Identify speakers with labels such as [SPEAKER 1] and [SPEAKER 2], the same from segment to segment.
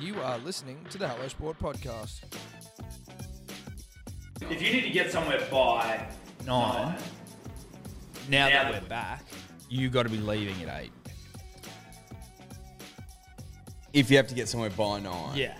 [SPEAKER 1] You are listening to the Hello Sport Podcast.
[SPEAKER 2] If you need to get somewhere by
[SPEAKER 3] nine.
[SPEAKER 2] nine, Now
[SPEAKER 3] Now, that
[SPEAKER 2] that
[SPEAKER 3] we're back, you got to be leaving at eight.
[SPEAKER 4] If you have to get somewhere by nine.
[SPEAKER 3] Yeah,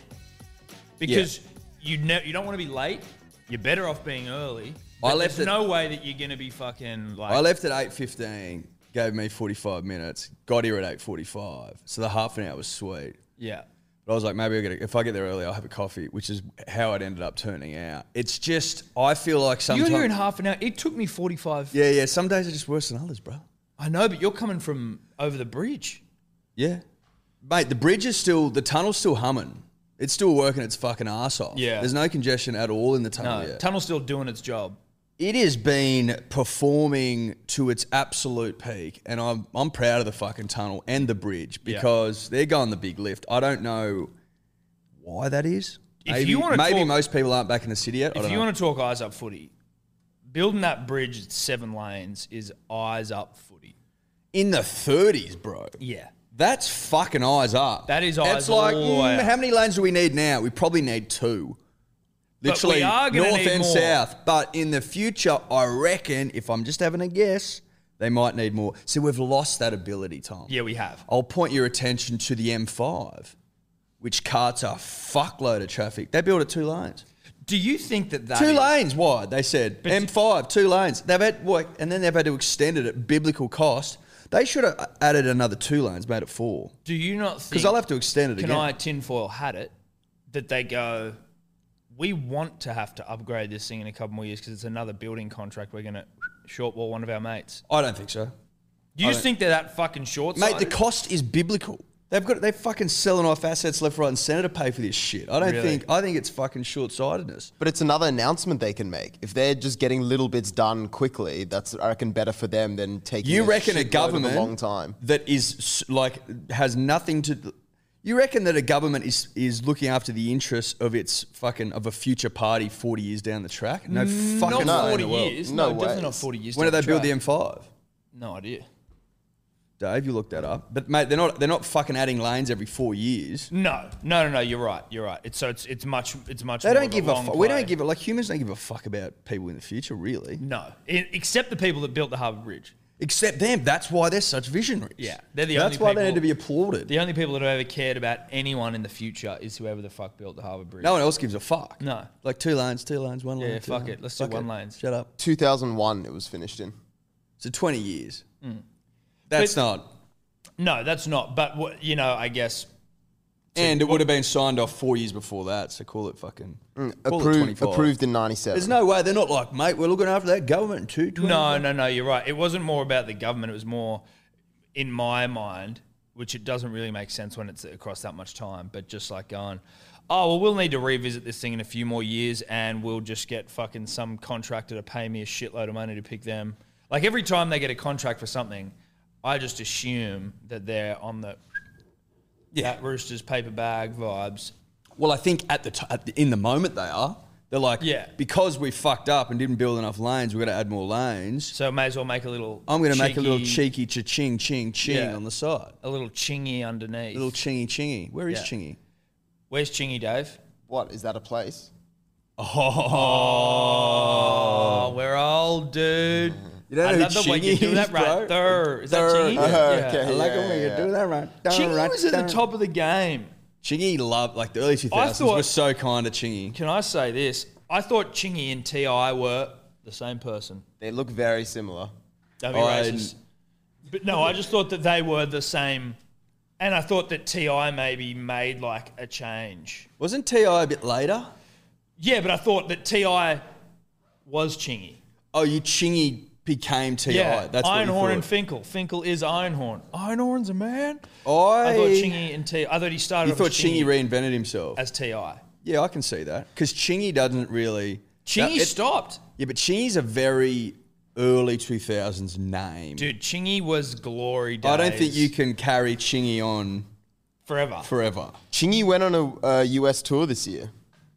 [SPEAKER 3] because you know you don't want to be late. You're better off being early. but
[SPEAKER 4] left
[SPEAKER 3] There's
[SPEAKER 4] it-
[SPEAKER 3] no way that you're gonna be fucking like.
[SPEAKER 4] I left at eight fifteen. Gave me forty five minutes. Got here at eight forty five. So the half an hour was sweet.
[SPEAKER 3] Yeah,
[SPEAKER 4] But I was like, maybe I'll get a, if I get there early, I'll have a coffee, which is how it ended up turning out. It's just I feel like sometimes.
[SPEAKER 3] you're here in half an hour. It took me 45.
[SPEAKER 4] yeah, yeah. Some days are just worse than others, bro.
[SPEAKER 3] I know, but you're coming from over the bridge.
[SPEAKER 4] Yeah, mate. The bridge is still the tunnel's still humming. It's still working its fucking ass off.
[SPEAKER 3] Yeah.
[SPEAKER 4] There's no congestion at all in the tunnel
[SPEAKER 3] No,
[SPEAKER 4] yet.
[SPEAKER 3] tunnel's still doing its job.
[SPEAKER 4] it has been performing to its absolute peak, and I'm I'm proud of the fucking tunnel and the bridge
[SPEAKER 3] Yeah.
[SPEAKER 4] because they're going the big lift. I don't know why that is.
[SPEAKER 3] If
[SPEAKER 4] maybe
[SPEAKER 3] you wanna
[SPEAKER 4] maybe
[SPEAKER 3] talk-
[SPEAKER 4] most people aren't back in the city yet. I
[SPEAKER 3] If
[SPEAKER 4] don't
[SPEAKER 3] you
[SPEAKER 4] know.
[SPEAKER 3] want to talk eyes up footy, building that bridge at seven lanes is eyes up footy.
[SPEAKER 4] in the 30s, bro.
[SPEAKER 3] Yeah.
[SPEAKER 4] That's fucking eyes up.
[SPEAKER 3] That is eyes
[SPEAKER 4] It's like
[SPEAKER 3] all the way
[SPEAKER 4] mm,
[SPEAKER 3] up.
[SPEAKER 4] how many lanes do we need now? We probably need two.
[SPEAKER 3] But we
[SPEAKER 4] Literally
[SPEAKER 3] are gonna
[SPEAKER 4] north
[SPEAKER 3] need
[SPEAKER 4] and
[SPEAKER 3] more.
[SPEAKER 4] south. But in the future, I reckon if I'm just having a guess, they might need more. See, we've lost that ability, Tom.
[SPEAKER 3] Yeah, we have.
[SPEAKER 4] I'll point your attention to the M5, which carts a fuckload of traffic. They built it two lanes.
[SPEAKER 3] Do you think that that
[SPEAKER 4] two
[SPEAKER 3] is-
[SPEAKER 4] lanes wide, they said.
[SPEAKER 3] But-
[SPEAKER 4] M5, two lanes. They've had, what, and then they've had to extend it at biblical cost. They should have added another two lanes, made it four.
[SPEAKER 3] Do you not think?
[SPEAKER 4] Because I'll have to extend it
[SPEAKER 3] Can
[SPEAKER 4] again.
[SPEAKER 3] I tinfoil hat it that they go, we want to have to upgrade this thing in a couple more years because it's another building contract. We're going to short wall one of our mates.
[SPEAKER 4] I don't think so.
[SPEAKER 3] You just think they're that fucking short
[SPEAKER 4] Mate, the cost is biblical. They've got they're fucking selling off assets left, right, and centre to pay for this shit. I don't
[SPEAKER 3] Really?
[SPEAKER 4] think I think it's fucking short sightedness.
[SPEAKER 5] But it's another announcement they can make. If they're just getting little bits done quickly, that's I reckon better for them than taking.
[SPEAKER 4] You reckon a
[SPEAKER 5] shitload of
[SPEAKER 4] government
[SPEAKER 5] a long time?
[SPEAKER 4] that is s- like has nothing to. You reckon that a government is is looking after the interests of its fucking of a future party forty years down the track? No fucking way
[SPEAKER 3] Mm, not
[SPEAKER 4] in
[SPEAKER 3] 40
[SPEAKER 4] the world.
[SPEAKER 3] years. No,
[SPEAKER 5] No
[SPEAKER 3] definitely not
[SPEAKER 5] ways.
[SPEAKER 3] 40 years.
[SPEAKER 4] When did
[SPEAKER 3] down
[SPEAKER 4] they build the
[SPEAKER 3] track.
[SPEAKER 4] M five?
[SPEAKER 3] No idea.
[SPEAKER 4] Dave, you looked that up. But mate, they're not they're not fucking adding lanes every four years.
[SPEAKER 3] No, no, no, no. You're right. You're right. It's so it's it's much it's much.
[SPEAKER 4] They
[SPEAKER 3] more
[SPEAKER 4] don't
[SPEAKER 3] of
[SPEAKER 4] give a,
[SPEAKER 3] long
[SPEAKER 4] fuck. We
[SPEAKER 3] play.
[SPEAKER 4] don't give a like humans don't give a fuck about people in the future, really.
[SPEAKER 3] No, I- except the people that built the Harbour Bridge.
[SPEAKER 4] Except them. That's why they're such visionaries.
[SPEAKER 3] Yeah, they're the
[SPEAKER 4] That's
[SPEAKER 3] only
[SPEAKER 4] why
[SPEAKER 3] people-
[SPEAKER 4] they need to be applauded.
[SPEAKER 3] The only people that have ever cared about anyone in the future is whoever the fuck built the Harbour Bridge.
[SPEAKER 4] No one else gives a fuck.
[SPEAKER 3] No.
[SPEAKER 4] Like two lanes, two lanes, one lane.
[SPEAKER 3] Yeah,
[SPEAKER 4] two
[SPEAKER 3] fuck
[SPEAKER 4] lanes.
[SPEAKER 3] it. Let's do one lanes.
[SPEAKER 4] Shut up.
[SPEAKER 5] 2001, it was finished in.
[SPEAKER 4] So twenty years. That's
[SPEAKER 3] Mm. But-
[SPEAKER 4] not.
[SPEAKER 3] no, that's not. But what you know, I guess
[SPEAKER 4] And it would have been signed off four years before that. So call it fucking. call it
[SPEAKER 5] Mm, Approved,
[SPEAKER 4] 25.
[SPEAKER 5] approved in 97.
[SPEAKER 4] There's no way they're not like, mate. We're looking after that government in two.
[SPEAKER 3] No, no, no. You're right. It wasn't more about the government. It was more, in my mind, which it doesn't really make sense when it's across that much time. But just like going, oh well, we'll need to revisit this thing in a few more years, and we'll just get fucking some contractor to pay me a shitload of money to pick them. Like every time they get a contract for something, I just assume that they're on the that Roosters paper bag vibes.
[SPEAKER 4] Well, I think at the, t- at the in the moment they are. They're like,
[SPEAKER 3] Yeah.
[SPEAKER 4] because we fucked up and didn't build enough lanes, we're gonna add more lanes.
[SPEAKER 3] So may as well make a little.
[SPEAKER 4] I'm gonna make a little
[SPEAKER 3] cheeky-
[SPEAKER 4] cheeky cha-ching, ching, ching
[SPEAKER 3] Yeah.
[SPEAKER 4] on the side.
[SPEAKER 3] a little chingy underneath.
[SPEAKER 4] Little chingy, chingy. Where is
[SPEAKER 3] Yeah.
[SPEAKER 4] chingy?
[SPEAKER 3] Where's chingy, Dave?
[SPEAKER 5] What is that a place?
[SPEAKER 3] Oh, we're old, dude.
[SPEAKER 4] You don't
[SPEAKER 3] I
[SPEAKER 4] know
[SPEAKER 3] love
[SPEAKER 4] who
[SPEAKER 3] the way you
[SPEAKER 4] Chingy
[SPEAKER 3] do that
[SPEAKER 4] is, bro.
[SPEAKER 3] right there. Is that
[SPEAKER 4] Thur,
[SPEAKER 3] Chingy?
[SPEAKER 4] yeah.
[SPEAKER 3] Yeah.
[SPEAKER 5] okay.
[SPEAKER 4] I like it when you
[SPEAKER 5] yeah,
[SPEAKER 4] do that right.
[SPEAKER 3] Chingy
[SPEAKER 4] right,
[SPEAKER 3] was at
[SPEAKER 4] dun.
[SPEAKER 3] the top of the game.
[SPEAKER 4] Chingy loved like the early 2000s
[SPEAKER 3] thought-
[SPEAKER 4] were so kind to Chingy.
[SPEAKER 3] Can I say this? I thought Chingy and Ti were the same person.
[SPEAKER 5] They look very similar.
[SPEAKER 3] Don't be
[SPEAKER 4] I-
[SPEAKER 3] racist. But no, I just thought that they were the same, and I thought that Ti maybe made like a change.
[SPEAKER 4] Wasn't Ti a bit later?
[SPEAKER 3] Yeah, but I thought that Ti was Chingy.
[SPEAKER 4] Oh, you Chingy became Ti.
[SPEAKER 3] Yeah,
[SPEAKER 4] That's what you
[SPEAKER 3] Ironhorn and
[SPEAKER 4] thought.
[SPEAKER 3] Finkel. Finkel is Ironhorn. Ironhorn's a man.
[SPEAKER 4] I,
[SPEAKER 3] I thought Chingy and Ti. I thought he started.
[SPEAKER 4] You
[SPEAKER 3] off
[SPEAKER 4] thought
[SPEAKER 3] as
[SPEAKER 4] Chingy reinvented himself.
[SPEAKER 3] as Ti.
[SPEAKER 4] yeah, I can see that because Chingy doesn't really.
[SPEAKER 3] Chingy
[SPEAKER 4] That- it-
[SPEAKER 3] stopped.
[SPEAKER 4] Yeah, but Chingy's a very early 2000s name.
[SPEAKER 3] Dude, Chingy was glory days.
[SPEAKER 4] I don't think you can carry Chingy on
[SPEAKER 3] forever.
[SPEAKER 4] forever.
[SPEAKER 5] Chingy went on a uh, US tour this year.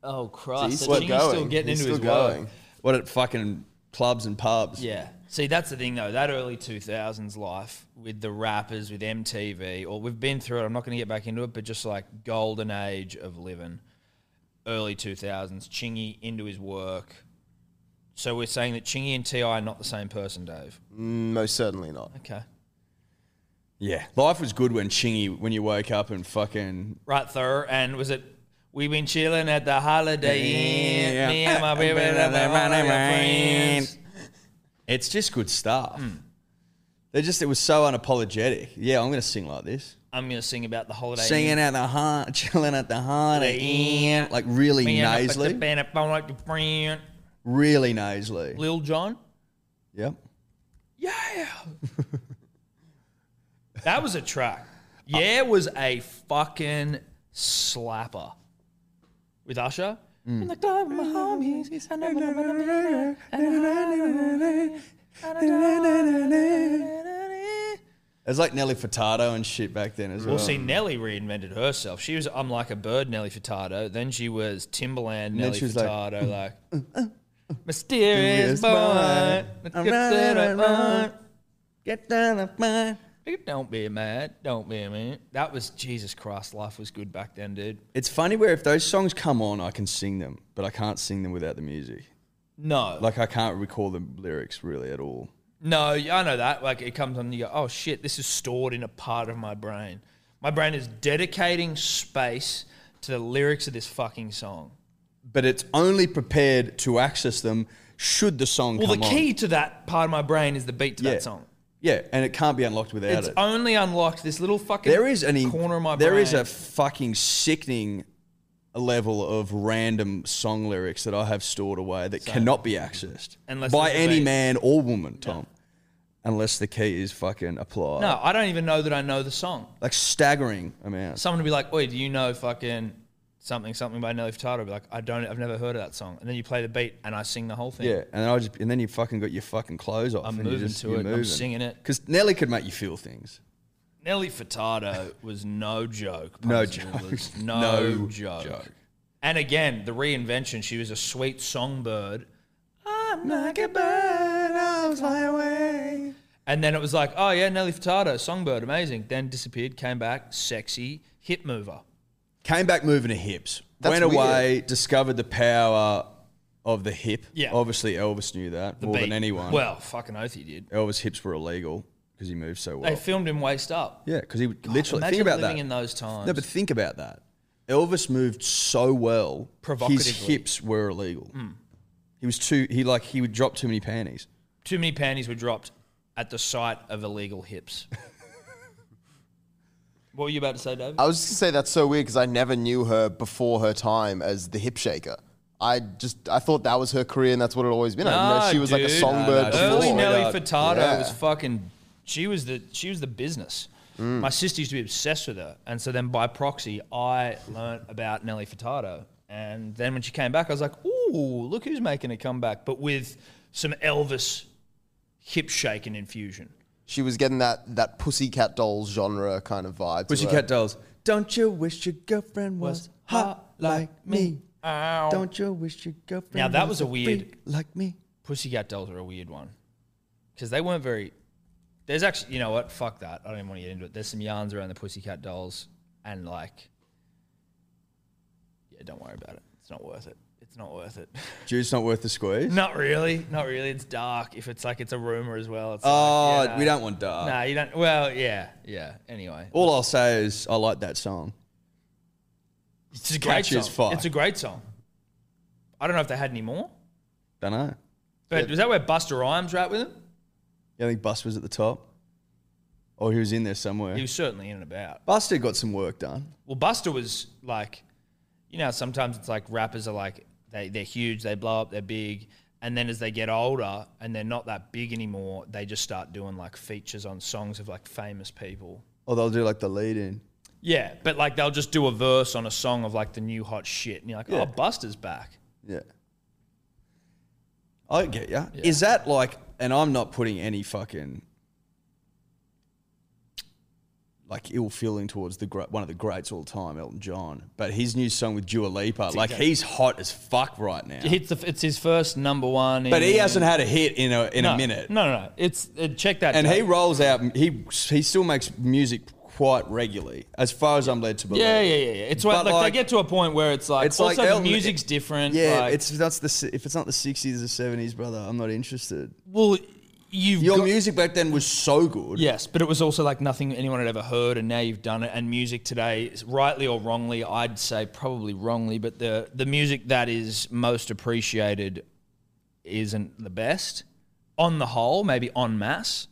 [SPEAKER 3] oh Christ,
[SPEAKER 5] he's
[SPEAKER 3] so
[SPEAKER 5] still
[SPEAKER 3] Chingy's still
[SPEAKER 5] going.
[SPEAKER 3] getting
[SPEAKER 5] He's
[SPEAKER 3] into
[SPEAKER 5] still
[SPEAKER 3] his work.
[SPEAKER 5] going.
[SPEAKER 4] What a fucking clubs and pubs.
[SPEAKER 3] Yeah. See, that's the thing though. That early 2000s life with the rappers, with MTV, or we've been through it. I'm not going to get back into it, but just like golden age of living, early 2000s, Chingy into his work. So we're saying that Chingy and Ti are not the same person, Dave.
[SPEAKER 5] Most certainly not.
[SPEAKER 3] Okay.
[SPEAKER 4] Yeah. Life was good when Chingy, when you woke up and fucking
[SPEAKER 3] Right, Thur. And was it? We've been chilling at the Holiday Inn.
[SPEAKER 4] Yeah.
[SPEAKER 3] Me and my baby, and my friends.
[SPEAKER 4] It's just good stuff.
[SPEAKER 3] Hmm.
[SPEAKER 4] They just it was so unapologetic. Yeah, I'm gonna sing like this.
[SPEAKER 3] I'm going to sing about the Holiday
[SPEAKER 4] Singing
[SPEAKER 3] Inn.
[SPEAKER 4] at the heart, chilling at the heart,
[SPEAKER 3] Holiday Inn.
[SPEAKER 4] like really
[SPEAKER 3] Me and my baby,
[SPEAKER 4] nasally,
[SPEAKER 3] and my friend.
[SPEAKER 4] really nasally.
[SPEAKER 3] Lil John.
[SPEAKER 4] Yep.
[SPEAKER 3] Yeah. that was a track. Yeah was a fucking slapper. With Usher. In the club, my homies. I know-
[SPEAKER 4] It was like Nelly Furtado and shit back then as well.
[SPEAKER 3] Well, see, Nelly reinvented herself. She was I'm like a bird, Nelly Furtado. Then she was Timberland,
[SPEAKER 4] then
[SPEAKER 3] Nelly
[SPEAKER 4] she was like, "Mm,
[SPEAKER 3] Furtado, like, mysterious
[SPEAKER 4] Mysterious boy.
[SPEAKER 3] boy.
[SPEAKER 4] I'm running around. Get down the mine.
[SPEAKER 3] Don't be mad. Don't be mad. That was Jesus Christ. Life was good back then, dude.
[SPEAKER 4] It's funny where if those songs come on, I can sing them, but I can't sing them without the music.
[SPEAKER 3] No,
[SPEAKER 4] Like I can't recall the lyrics really at all.
[SPEAKER 3] No, yeah, I know that. Like it comes on, and you go, oh shit, this is stored in a part of my brain. My brain is dedicating space to the lyrics of this fucking song.
[SPEAKER 4] But it's only prepared to access them should the song
[SPEAKER 3] Well,
[SPEAKER 4] come
[SPEAKER 3] the
[SPEAKER 4] on.
[SPEAKER 3] key to that part of my brain is the beat to
[SPEAKER 4] Yeah.
[SPEAKER 3] that song.
[SPEAKER 4] Yeah, and it can't be unlocked without
[SPEAKER 3] It's
[SPEAKER 4] it.
[SPEAKER 3] only unlocked this little fucking
[SPEAKER 4] there is an in-
[SPEAKER 3] corner of my
[SPEAKER 4] there
[SPEAKER 3] brain.
[SPEAKER 4] is a fucking sickening level of random song lyrics that I have stored away that cannot be accessed
[SPEAKER 3] Unless
[SPEAKER 4] by
[SPEAKER 3] there's a
[SPEAKER 4] any
[SPEAKER 3] beat.
[SPEAKER 4] man or woman, Tom. Unless the key is fucking applied.
[SPEAKER 3] no, I don't even know that I know the song.
[SPEAKER 4] Like staggering amounts.
[SPEAKER 3] Someone would be like, "Oi, do you know fucking something something by Nelly Furtado?" I'd be like, "I don't. I've never heard of that song." And then you play the beat, and I sing the whole thing.
[SPEAKER 4] Yeah, and I just and then you fucking got your fucking clothes off.
[SPEAKER 3] I'm
[SPEAKER 4] and you
[SPEAKER 3] moving
[SPEAKER 4] just,
[SPEAKER 3] to
[SPEAKER 4] you're
[SPEAKER 3] it. I'm singing it.
[SPEAKER 4] Because Nelly could make you feel things.
[SPEAKER 3] Nelly Furtado was no joke.
[SPEAKER 4] No
[SPEAKER 3] punters and
[SPEAKER 4] joke.
[SPEAKER 3] wheelers. No,
[SPEAKER 4] No
[SPEAKER 3] joke.
[SPEAKER 4] joke.
[SPEAKER 3] And again, the reinvention. She was a sweet songbird. I'm like a bird, I'll fly away. And then it was like, oh yeah, Nelly Furtado, songbird, amazing. Then disappeared, came back, sexy hit mover.
[SPEAKER 4] Came back moving to hips.
[SPEAKER 5] That's
[SPEAKER 4] went away, discovered the power of the hip.
[SPEAKER 3] Yeah.
[SPEAKER 4] Obviously, Elvis knew that more than
[SPEAKER 3] Beat.
[SPEAKER 4] anyone.
[SPEAKER 3] Well, fucking oath he did.
[SPEAKER 4] Elvis' hips were illegal because he moved so well.
[SPEAKER 3] They filmed him waist up.
[SPEAKER 4] yeah, because he would literally
[SPEAKER 3] Imagine
[SPEAKER 4] think about
[SPEAKER 3] living
[SPEAKER 4] that.
[SPEAKER 3] in those times.
[SPEAKER 4] no, but think about that. Elvis moved so well. His
[SPEAKER 3] Provocatively. Hmm.
[SPEAKER 4] hips were illegal. He was too. He like he would drop too many panties.
[SPEAKER 3] Too many panties were dropped at the sight of illegal hips. what were you about to say, David?
[SPEAKER 5] I was just gonna say that's so weird because I never knew her before her time as the hip shaker. I just I thought that was her career and that's what it always been. I didn't know
[SPEAKER 3] Nah,
[SPEAKER 5] she was like a
[SPEAKER 3] dude.
[SPEAKER 4] Nah,
[SPEAKER 5] songbird
[SPEAKER 4] nah,
[SPEAKER 5] before.
[SPEAKER 3] Early
[SPEAKER 4] Straight
[SPEAKER 3] Nelly
[SPEAKER 4] up.
[SPEAKER 3] Furtado
[SPEAKER 5] Yeah.
[SPEAKER 3] was fucking. She was the she was the business.
[SPEAKER 5] Mm.
[SPEAKER 3] My sister used to be obsessed with her, and so then by proxy, I learnt about Nelly Furtado. And then when she came back, I was like, "Ooh, look who's making a comeback!" But with some Elvis hip shake and infusion.
[SPEAKER 5] She was getting that that pussycat dolls genre kind of vibe. to her.
[SPEAKER 4] Pussycat Dolls. Don't you wish your girlfriend was hot like me?
[SPEAKER 3] Ow.
[SPEAKER 4] Don't you wish your girlfriend?
[SPEAKER 3] Now, that was a
[SPEAKER 4] freak
[SPEAKER 3] weird-
[SPEAKER 4] like me.
[SPEAKER 3] Pussycat Dolls are a weird one because they weren't very. There's actually, you know what? Fuck that. I don't even want to get into it. There's some yarns around the Pussycat Dolls, and like, yeah, don't worry about it. It's not worth it. It's not worth it.
[SPEAKER 4] Juice not worth the squeeze.
[SPEAKER 3] not really. Not really. It's dark. If it's like it's a rumor as well. It's
[SPEAKER 4] Oh,
[SPEAKER 3] like, yeah,
[SPEAKER 4] we
[SPEAKER 3] no.
[SPEAKER 4] don't want dark.
[SPEAKER 3] Nah, you don't. Well, yeah, yeah. Anyway,
[SPEAKER 4] All I'll say is I like that song.
[SPEAKER 3] it's a great
[SPEAKER 4] catchy
[SPEAKER 3] song.
[SPEAKER 4] as fuck.
[SPEAKER 3] It's a great song. I don't know if they had any more,
[SPEAKER 4] Don't know.
[SPEAKER 3] but was that where Buster Rhymes rap with him?
[SPEAKER 4] You think Bus was at the top? Or he was in there somewhere.
[SPEAKER 3] He was certainly in and about.
[SPEAKER 4] Buster got some work done.
[SPEAKER 3] Well, Buster was like, you know, sometimes it's like rappers are like they they're huge, they blow up, they're big, and then as they get older and they're not that big anymore, they just start doing like features on songs of like famous people.
[SPEAKER 4] Or they'll do like the lead in.
[SPEAKER 3] Yeah, but like they'll just do a verse on a song of like the new hot shit, and you're like,
[SPEAKER 4] Yeah.
[SPEAKER 3] oh, Buster's back.
[SPEAKER 4] Yeah. I get ya. Is that like, and I'm not putting any fucking like ill feeling towards the gre- one of the greats all time, Elton John. But his new song with Dua Lipa, like he's hot as fuck right now.
[SPEAKER 3] Hits the, it's his first number one.
[SPEAKER 4] But he
[SPEAKER 3] in-
[SPEAKER 4] hasn't had a hit in a in
[SPEAKER 3] no,
[SPEAKER 4] a minute.
[SPEAKER 3] No, no, no. It's uh, check that.
[SPEAKER 4] And
[SPEAKER 3] out.
[SPEAKER 4] he rolls out. He he still makes music quite regularly, as far as I'm led to believe.
[SPEAKER 3] Yeah, yeah, yeah, yeah. It's
[SPEAKER 4] But
[SPEAKER 3] like, like
[SPEAKER 4] like-
[SPEAKER 3] they get to a point where it's like
[SPEAKER 4] It's
[SPEAKER 3] also
[SPEAKER 4] like
[SPEAKER 3] the
[SPEAKER 4] Elton-
[SPEAKER 3] music's different.
[SPEAKER 4] Yeah,
[SPEAKER 3] like,
[SPEAKER 4] it's that's the si- if it's not the sixties or seventies, brother, I'm not interested.
[SPEAKER 3] well, you've
[SPEAKER 4] Your
[SPEAKER 3] got-
[SPEAKER 4] music back then was so good.
[SPEAKER 3] Yes, but it was also like nothing anyone had ever heard, and now you've done it. And music today, is- rightly or wrongly, I'd say probably wrongly, but the the music that is most appreciated isn't the best on the whole, maybe en masse.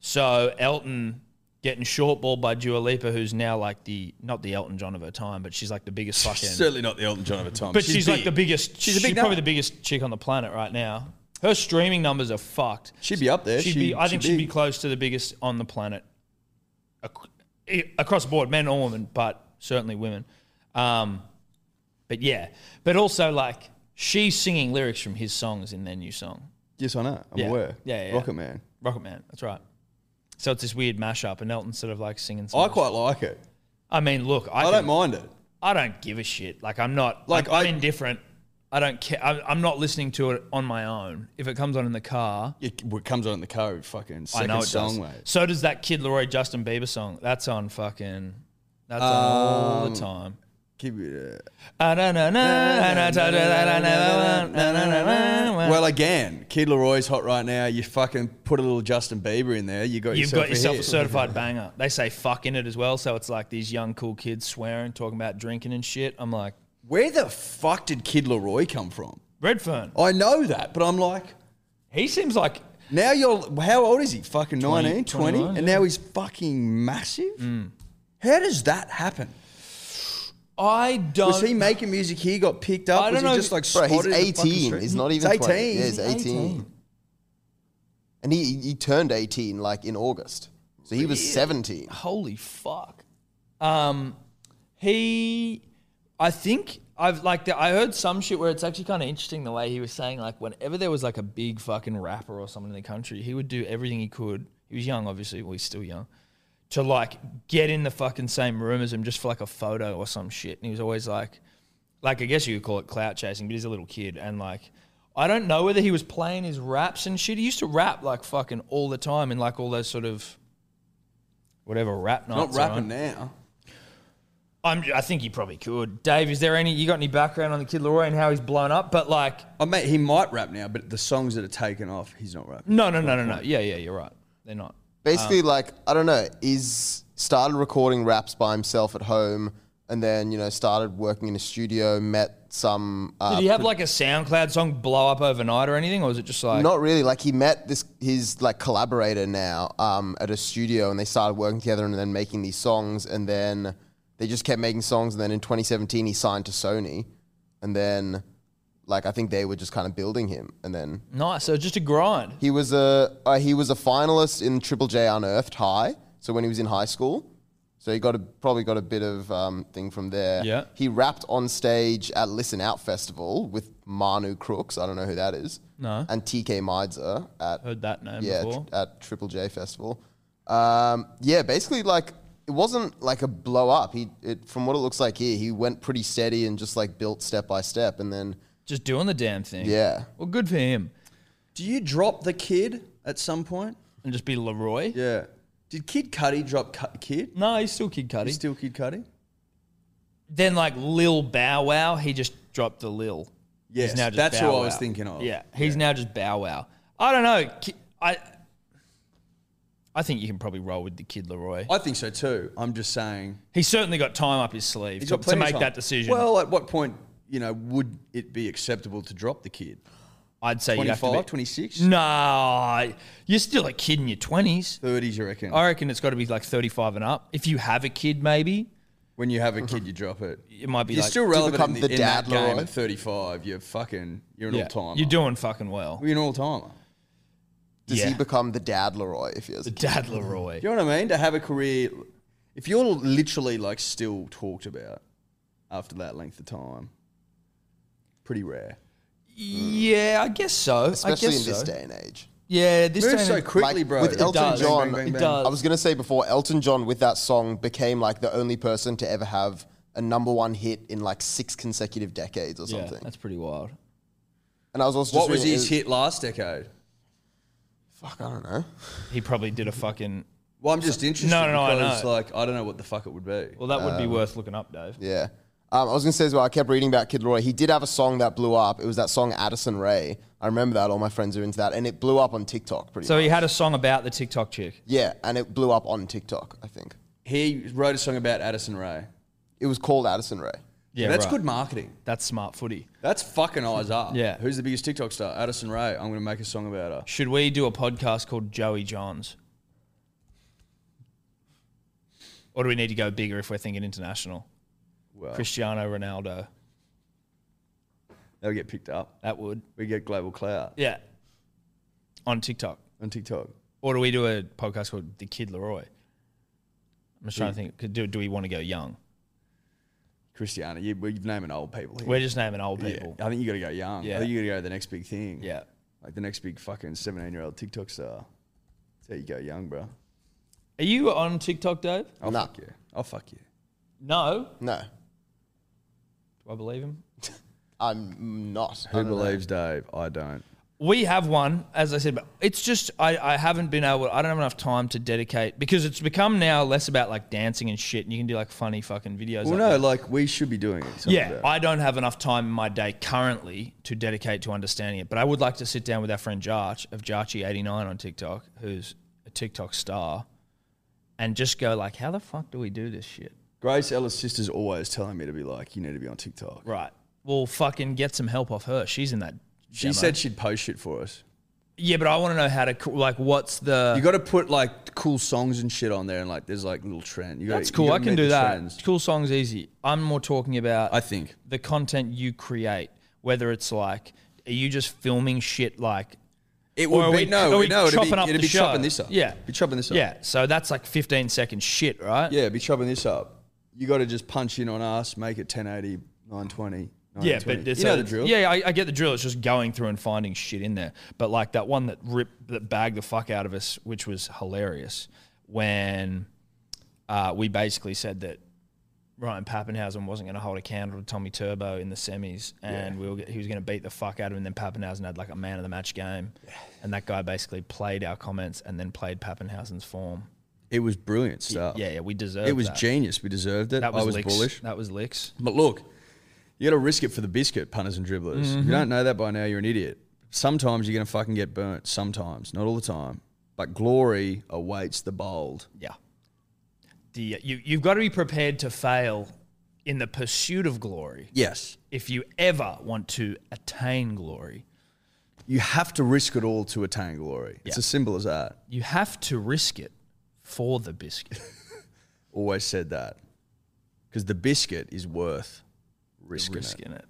[SPEAKER 3] So Elton getting shortballed by Dua Lipa, who's now like the not the Elton John of her time, but she's like the biggest fucking.
[SPEAKER 4] certainly not the Elton John of a time.
[SPEAKER 3] But she's, like the biggest. She's,
[SPEAKER 4] She's a big
[SPEAKER 3] probably
[SPEAKER 4] nut.
[SPEAKER 3] the biggest chick on the planet right now. Her streaming numbers are fucked.
[SPEAKER 4] She'd be up there.
[SPEAKER 3] She'd
[SPEAKER 4] She-
[SPEAKER 3] be. I
[SPEAKER 4] she'd
[SPEAKER 3] think she'd be
[SPEAKER 4] be-
[SPEAKER 3] close to the biggest on the planet, Ac- eh, across the board, men or women, but certainly women. Um, but yeah, but also like she's singing lyrics from his songs in their new song,
[SPEAKER 4] yes, I know. I'm
[SPEAKER 3] Yeah.
[SPEAKER 4] aware.
[SPEAKER 3] Yeah, yeah, yeah.
[SPEAKER 4] Rocket Man.
[SPEAKER 3] Rocket Man. That's right. So it's this weird mashup, and Elton's sort of like singing. Some
[SPEAKER 4] I
[SPEAKER 3] of-
[SPEAKER 4] quite like it.
[SPEAKER 3] I mean, look, I,
[SPEAKER 4] I,
[SPEAKER 3] can-
[SPEAKER 4] don't mind it.
[SPEAKER 3] I don't give a shit. Like I'm not like
[SPEAKER 4] Like,
[SPEAKER 3] I'm, I'm
[SPEAKER 4] I-
[SPEAKER 3] indifferent. I don't care. I'm, I'm not listening to it on my own. If it comes on in the car,
[SPEAKER 4] It it comes on in the car. every Fucking second
[SPEAKER 3] I know it
[SPEAKER 4] song,
[SPEAKER 3] does.
[SPEAKER 4] mate.
[SPEAKER 3] So does that Kid Leroy Justin Bieber song. That's on fucking. That's on all
[SPEAKER 4] Um,
[SPEAKER 3] the time.
[SPEAKER 4] Keep it. uh,
[SPEAKER 3] Well,
[SPEAKER 4] Well, again, Kid Leroy's hot right now. You fucking put a little Justin Bieber in there. You got
[SPEAKER 3] you've
[SPEAKER 4] yourself
[SPEAKER 3] got yourself a
[SPEAKER 4] hit.
[SPEAKER 3] certified banger. They say fuck in it as well, so it's like these young cool kids swearing, talking about drinking and shit. I'm like
[SPEAKER 4] Where the fuck did Kid Leroy come from?
[SPEAKER 3] Redfern.
[SPEAKER 4] I know that, but I'm like,
[SPEAKER 3] He seems like
[SPEAKER 4] now you're how old is he? Fucking 19, 20,
[SPEAKER 3] 21,
[SPEAKER 4] and
[SPEAKER 3] yeah. Mm.
[SPEAKER 4] now he's fucking massive. How does that happen?
[SPEAKER 3] I don't.
[SPEAKER 4] Was he making music here? Got picked up?
[SPEAKER 3] I
[SPEAKER 4] was
[SPEAKER 3] don't
[SPEAKER 4] he
[SPEAKER 3] know.
[SPEAKER 4] just like
[SPEAKER 5] Bro, he's
[SPEAKER 4] spotted in the fucking
[SPEAKER 5] 18.
[SPEAKER 4] street?
[SPEAKER 5] He's not
[SPEAKER 4] He's
[SPEAKER 5] even 20.
[SPEAKER 4] 18.
[SPEAKER 5] Yeah, he's 18. And he, he turned 18 like in August. So he was 17.
[SPEAKER 3] holy fuck. Um, he, I think I've like the, I heard some shit where it's actually kind of interesting the way he was saying like whenever there was like a big fucking rapper or someone in the country, he would do everything he could. He was young, obviously. Well, he's still young. To like get in the fucking same room as him just for like a photo or some shit, and he was always like, like I guess you could call it clout chasing, but he's a little kid and like I don't know whether he was playing his raps and shit. He used to rap like fucking all the time in like all those sort of whatever rap
[SPEAKER 4] Not
[SPEAKER 3] nights. are
[SPEAKER 4] rapping
[SPEAKER 3] on.
[SPEAKER 4] now.
[SPEAKER 3] I'm, I think he probably could. Dave, is there any you got any background on the kid Leroy and how he's blown up? But like,
[SPEAKER 4] I mean, he might rap now, but the songs that are taken off, he's not rapping.
[SPEAKER 3] no, no, no, no, no. Yeah, yeah, you're right. They're not.
[SPEAKER 4] Ah.
[SPEAKER 5] Basically, like, I don't know, he's started recording raps by himself at home and then, you know, started working in a studio, met some. Uh,
[SPEAKER 3] Did he have like a SoundCloud song blow up overnight or anything, or was it just like?
[SPEAKER 5] Not really. Like he met this his like collaborator now um, at a studio, and they started working together, and then making these songs, and then they just kept making songs, and then in 2017 he signed to Sony, and then like I think they were just kind of building him, and then
[SPEAKER 3] nice. So just a grind.
[SPEAKER 5] he was a uh, he was a finalist in Triple J Unearthed High. So when he was in high school, so he got a, probably got a bit of um, thing from there.
[SPEAKER 3] Yeah.
[SPEAKER 5] he rapped on stage at Listen Out Festival with Manu Crooks. I don't know who that is.
[SPEAKER 3] No.
[SPEAKER 5] and TK Midzer at
[SPEAKER 3] Heard that name
[SPEAKER 5] yeah
[SPEAKER 3] before.
[SPEAKER 4] uh,
[SPEAKER 5] tr- at Triple J Festival. Um, yeah, basically like it wasn't like a blow up. He it, from what it looks like here, he went pretty steady and just like built step by step, and then
[SPEAKER 3] Just doing the damn thing.
[SPEAKER 5] yeah.
[SPEAKER 3] Well, good for him.
[SPEAKER 4] Do you drop the kid at some point?
[SPEAKER 3] And just be Leroy.
[SPEAKER 4] Yeah. Did Kid Cudi drop Cu- Kid?
[SPEAKER 3] No, he's still Kid Cudi.
[SPEAKER 4] He's still Kid Cudi?
[SPEAKER 3] then like Lil Bow Wow, he just dropped the Lil.
[SPEAKER 4] Yes,
[SPEAKER 3] he's now just
[SPEAKER 4] that's
[SPEAKER 3] Bow
[SPEAKER 4] who I was
[SPEAKER 3] Wow.
[SPEAKER 4] thinking of.
[SPEAKER 3] Yeah, he's now just Bow Wow. I don't know. Ki- I I think you can probably roll with the kid Leroy.
[SPEAKER 4] I think so too. I'm just saying.
[SPEAKER 3] He's certainly got time up his sleeve
[SPEAKER 4] he's
[SPEAKER 3] to,
[SPEAKER 4] got
[SPEAKER 3] to
[SPEAKER 4] plenty of
[SPEAKER 3] make
[SPEAKER 4] time.
[SPEAKER 3] that decision. Well,
[SPEAKER 4] Well, at what point, you know, would it be acceptable to drop the kid?
[SPEAKER 3] I'd say you have to
[SPEAKER 4] 25,
[SPEAKER 3] be.
[SPEAKER 4] 26?
[SPEAKER 3] No, you're still a kid in your twenties.
[SPEAKER 4] 30s, you reckon?
[SPEAKER 3] I reckon it's got to be like 35 and up. If you have a kid, maybe
[SPEAKER 4] When you have a kid, you drop it.
[SPEAKER 3] it might be
[SPEAKER 4] You're
[SPEAKER 3] like
[SPEAKER 4] still relevant
[SPEAKER 5] become
[SPEAKER 4] in, the,
[SPEAKER 5] the
[SPEAKER 4] in that
[SPEAKER 5] dad,
[SPEAKER 4] game
[SPEAKER 5] Leroy.
[SPEAKER 4] at 35. You're fucking, you're an
[SPEAKER 3] Yeah,
[SPEAKER 4] all-timer.
[SPEAKER 3] You're doing fucking well.
[SPEAKER 4] You're an all-timer.
[SPEAKER 5] Does
[SPEAKER 3] Yeah.
[SPEAKER 5] he become the dad Leroy if he has a
[SPEAKER 3] Dad Leroy.
[SPEAKER 4] Do you know what I mean? To have a career, if you're literally like still talked about after that length of time, pretty rare.
[SPEAKER 3] Yeah, I guess so. I
[SPEAKER 5] especially
[SPEAKER 3] guess
[SPEAKER 5] in this
[SPEAKER 3] so.
[SPEAKER 5] day and age.
[SPEAKER 1] Yeah, this
[SPEAKER 4] Moves
[SPEAKER 1] day
[SPEAKER 4] so
[SPEAKER 1] and-
[SPEAKER 4] quickly,
[SPEAKER 5] Like,
[SPEAKER 4] bro.
[SPEAKER 5] with
[SPEAKER 4] It
[SPEAKER 5] Elton
[SPEAKER 4] does.
[SPEAKER 5] John-
[SPEAKER 1] It does.
[SPEAKER 4] Uh,
[SPEAKER 5] I was gonna say before Elton John with that song became like the only person to ever have a number one hit in like six consecutive decades or
[SPEAKER 3] Yeah,
[SPEAKER 5] something.
[SPEAKER 3] that's pretty wild.
[SPEAKER 5] and I was also just
[SPEAKER 4] What was
[SPEAKER 5] reading-
[SPEAKER 4] his hit last decade?
[SPEAKER 5] Fuck, I don't know.
[SPEAKER 3] He probably did a fucking.
[SPEAKER 4] Well, I'm just interested.
[SPEAKER 3] No, no, no, I
[SPEAKER 4] because,
[SPEAKER 3] know.
[SPEAKER 4] Like, I don't know what the fuck it would be.
[SPEAKER 3] Well, that would
[SPEAKER 4] Um,
[SPEAKER 3] be worth looking up, Dave.
[SPEAKER 5] Yeah. Um, I was gonna say as well. I kept reading about Kid Leroy. He did have a song that blew up. It was that song Addison Ray. I remember that. All my friends are into that, and it blew up on TikTok. Pretty.
[SPEAKER 3] So
[SPEAKER 5] much.
[SPEAKER 3] he had a song about the TikTok chick.
[SPEAKER 5] yeah, and it blew up on TikTok. I think
[SPEAKER 4] He wrote a song about Addison Ray.
[SPEAKER 5] it was called Addison Ray.
[SPEAKER 3] Yeah,
[SPEAKER 4] that's
[SPEAKER 3] right.
[SPEAKER 4] good marketing.
[SPEAKER 3] That's smart footy.
[SPEAKER 4] That's fucking eyes up.
[SPEAKER 3] Yeah.
[SPEAKER 4] Who's the biggest TikTok star? Addison Ray. I'm gonna make a song about her.
[SPEAKER 3] Should we do a podcast called Joey Johns? Or do we need to go bigger if we're thinking international?
[SPEAKER 4] Well,
[SPEAKER 3] Cristiano Ronaldo.
[SPEAKER 4] they'll get picked up.
[SPEAKER 3] That would.
[SPEAKER 4] We get global clout
[SPEAKER 3] Yeah. On TikTok.
[SPEAKER 4] on TikTok.
[SPEAKER 3] Or do we do a podcast called The Kid Leroy? I'm just trying to think. Could- Do, do we want to go young?
[SPEAKER 4] Christiana, you, you've naming old people here.
[SPEAKER 3] We're just naming old
[SPEAKER 4] Yeah,
[SPEAKER 3] people.
[SPEAKER 4] I think you got to go young.
[SPEAKER 3] Yeah.
[SPEAKER 4] I think you got to go to the next big thing.
[SPEAKER 3] Yeah.
[SPEAKER 4] Like the next big fucking 17 year old TikTok star. That's how you go young, bro.
[SPEAKER 3] Are you on TikTok, Dave?
[SPEAKER 4] I'll
[SPEAKER 5] Nah.
[SPEAKER 4] fuck you. I'll fuck you.
[SPEAKER 3] No.
[SPEAKER 5] No,
[SPEAKER 3] Do I believe him?
[SPEAKER 5] I'm not. I
[SPEAKER 4] Who
[SPEAKER 5] don't know.
[SPEAKER 4] believes Dave? I don't.
[SPEAKER 3] We have one, as I said, but it's just I, I haven't been able. I don't have enough time to dedicate because it's become now less about like dancing and shit, and you can do like funny fucking videos.
[SPEAKER 4] Well,
[SPEAKER 3] like
[SPEAKER 4] no,
[SPEAKER 3] that.
[SPEAKER 4] like we should be doing it. something
[SPEAKER 3] yeah,
[SPEAKER 4] about it.
[SPEAKER 3] I don't have enough time in my day currently to dedicate to understanding it, but I would like to sit down with our friend Jarch of Jarchy89 on TikTok, who's a TikTok star, and just go like, how the fuck do we do this shit?
[SPEAKER 4] Grace Ellis' sister's always telling me to be like, you need to be on TikTok.
[SPEAKER 3] Right. Well, fucking get some help off her. She's in that.
[SPEAKER 4] She
[SPEAKER 3] demo.
[SPEAKER 4] said she'd post shit for us.
[SPEAKER 3] yeah, but I want to know how to co- like, what's the?
[SPEAKER 4] You got to put like cool songs and shit on there, and like there's like little trend. You gotta,
[SPEAKER 3] That's
[SPEAKER 4] you
[SPEAKER 3] cool. I
[SPEAKER 4] gotta
[SPEAKER 3] can
[SPEAKER 4] meet
[SPEAKER 3] do
[SPEAKER 4] the
[SPEAKER 3] that.
[SPEAKER 4] trends.
[SPEAKER 3] Cool songs easy. I'm more talking about
[SPEAKER 4] I think.
[SPEAKER 3] the content you create, whether it's like are you just filming shit like
[SPEAKER 4] It
[SPEAKER 3] Or
[SPEAKER 4] would
[SPEAKER 3] are
[SPEAKER 4] be
[SPEAKER 3] we-
[SPEAKER 4] no,
[SPEAKER 3] are we
[SPEAKER 4] no, it'd be,
[SPEAKER 3] chopping up
[SPEAKER 4] it'd
[SPEAKER 3] the
[SPEAKER 4] be
[SPEAKER 3] show?
[SPEAKER 4] chopping this up.
[SPEAKER 3] Yeah.
[SPEAKER 4] be chopping this up.
[SPEAKER 3] yeah, so that's like 15 second shit, right?
[SPEAKER 4] yeah, be chopping this up. You got to just punch in on us, make it 1080, 920.
[SPEAKER 3] Yeah,
[SPEAKER 4] 1920.
[SPEAKER 3] but it's
[SPEAKER 4] you know
[SPEAKER 3] a-
[SPEAKER 4] the drill.
[SPEAKER 3] Yeah, I, I get the drill. It's just going through and finding shit in there. But like that one that ripped that bagged the fuck out of us, which was hilarious, when uh, we basically said that Ryan Pappenhausen wasn't going to hold a candle to Tommy Turbo in the semis, and we were, g- he was going to beat the fuck out of him. And then Pappenhausen had like a man of the match game, and that guy basically played our comments and then played Pappenhausen's form.
[SPEAKER 4] It was brilliant stuff.
[SPEAKER 3] Yeah, yeah, we deserved.
[SPEAKER 4] Oh. it was
[SPEAKER 3] that.
[SPEAKER 4] genius. We deserved it.
[SPEAKER 3] That was,
[SPEAKER 4] I was
[SPEAKER 3] licks.
[SPEAKER 4] bullish.
[SPEAKER 3] That was licks.
[SPEAKER 4] But look, you got to risk it for the biscuit, punters and dribblers. If
[SPEAKER 3] Mm-hmm.
[SPEAKER 4] you don't know that by now, you're an idiot. Sometimes you're going to fucking get burnt. Sometimes, not all the time. But glory awaits the bold.
[SPEAKER 3] Yeah. The uh, you you've got to be prepared to fail in the pursuit of glory
[SPEAKER 4] Yes.
[SPEAKER 3] if you ever want to attain glory.
[SPEAKER 4] You have to risk it all to attain glory. It's
[SPEAKER 3] Yeah.
[SPEAKER 4] as simple as that.
[SPEAKER 3] You have to risk it for the biscuit.
[SPEAKER 4] Always said that. Because the biscuit is worth risking it.
[SPEAKER 3] risk in it.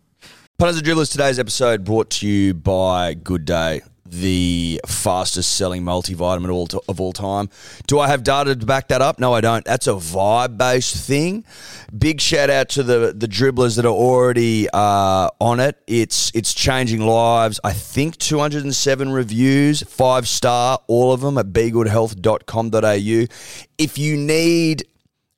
[SPEAKER 4] Punters and Dribblers, today's episode brought to you by Good Day, the fastest selling multivitamin all to, of all time. Do I have data to back that up? No, I don't. That's a vibe based thing. Big shout out to the, the dribblers that are already uh, on it. It's, it's changing lives. I think 207 reviews, five star, all of them at begoodhealth.com.au. If you need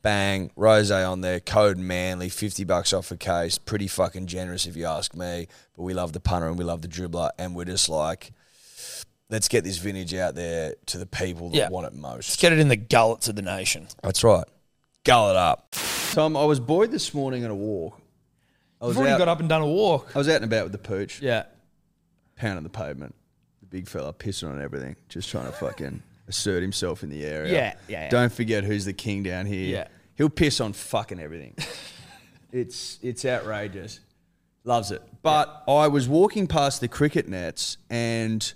[SPEAKER 4] bang, rose on there, code Manly, 50 bucks off a case. Pretty fucking generous if you ask me. But we love the punter and we love the dribbler. And we're just like, let's get this vintage out there to the people that
[SPEAKER 3] Yeah.
[SPEAKER 4] want it most.
[SPEAKER 3] Let's get it in the gullets of the nation.
[SPEAKER 4] That's right. Gull it up. Tom, I was buoyed this morning on a walk. I was,
[SPEAKER 2] You've already
[SPEAKER 4] out,
[SPEAKER 2] got up and done a walk.
[SPEAKER 4] I was out and about with the pooch,
[SPEAKER 2] Yeah.
[SPEAKER 4] pounding the pavement. The big fella pissing on everything, just trying to fucking assert himself in the area.
[SPEAKER 2] Yeah, yeah, yeah.
[SPEAKER 4] Don't forget who's the king down here.
[SPEAKER 2] Yeah.
[SPEAKER 4] He'll piss on fucking everything. it's it's outrageous. Loves it. But I was walking past the cricket nets and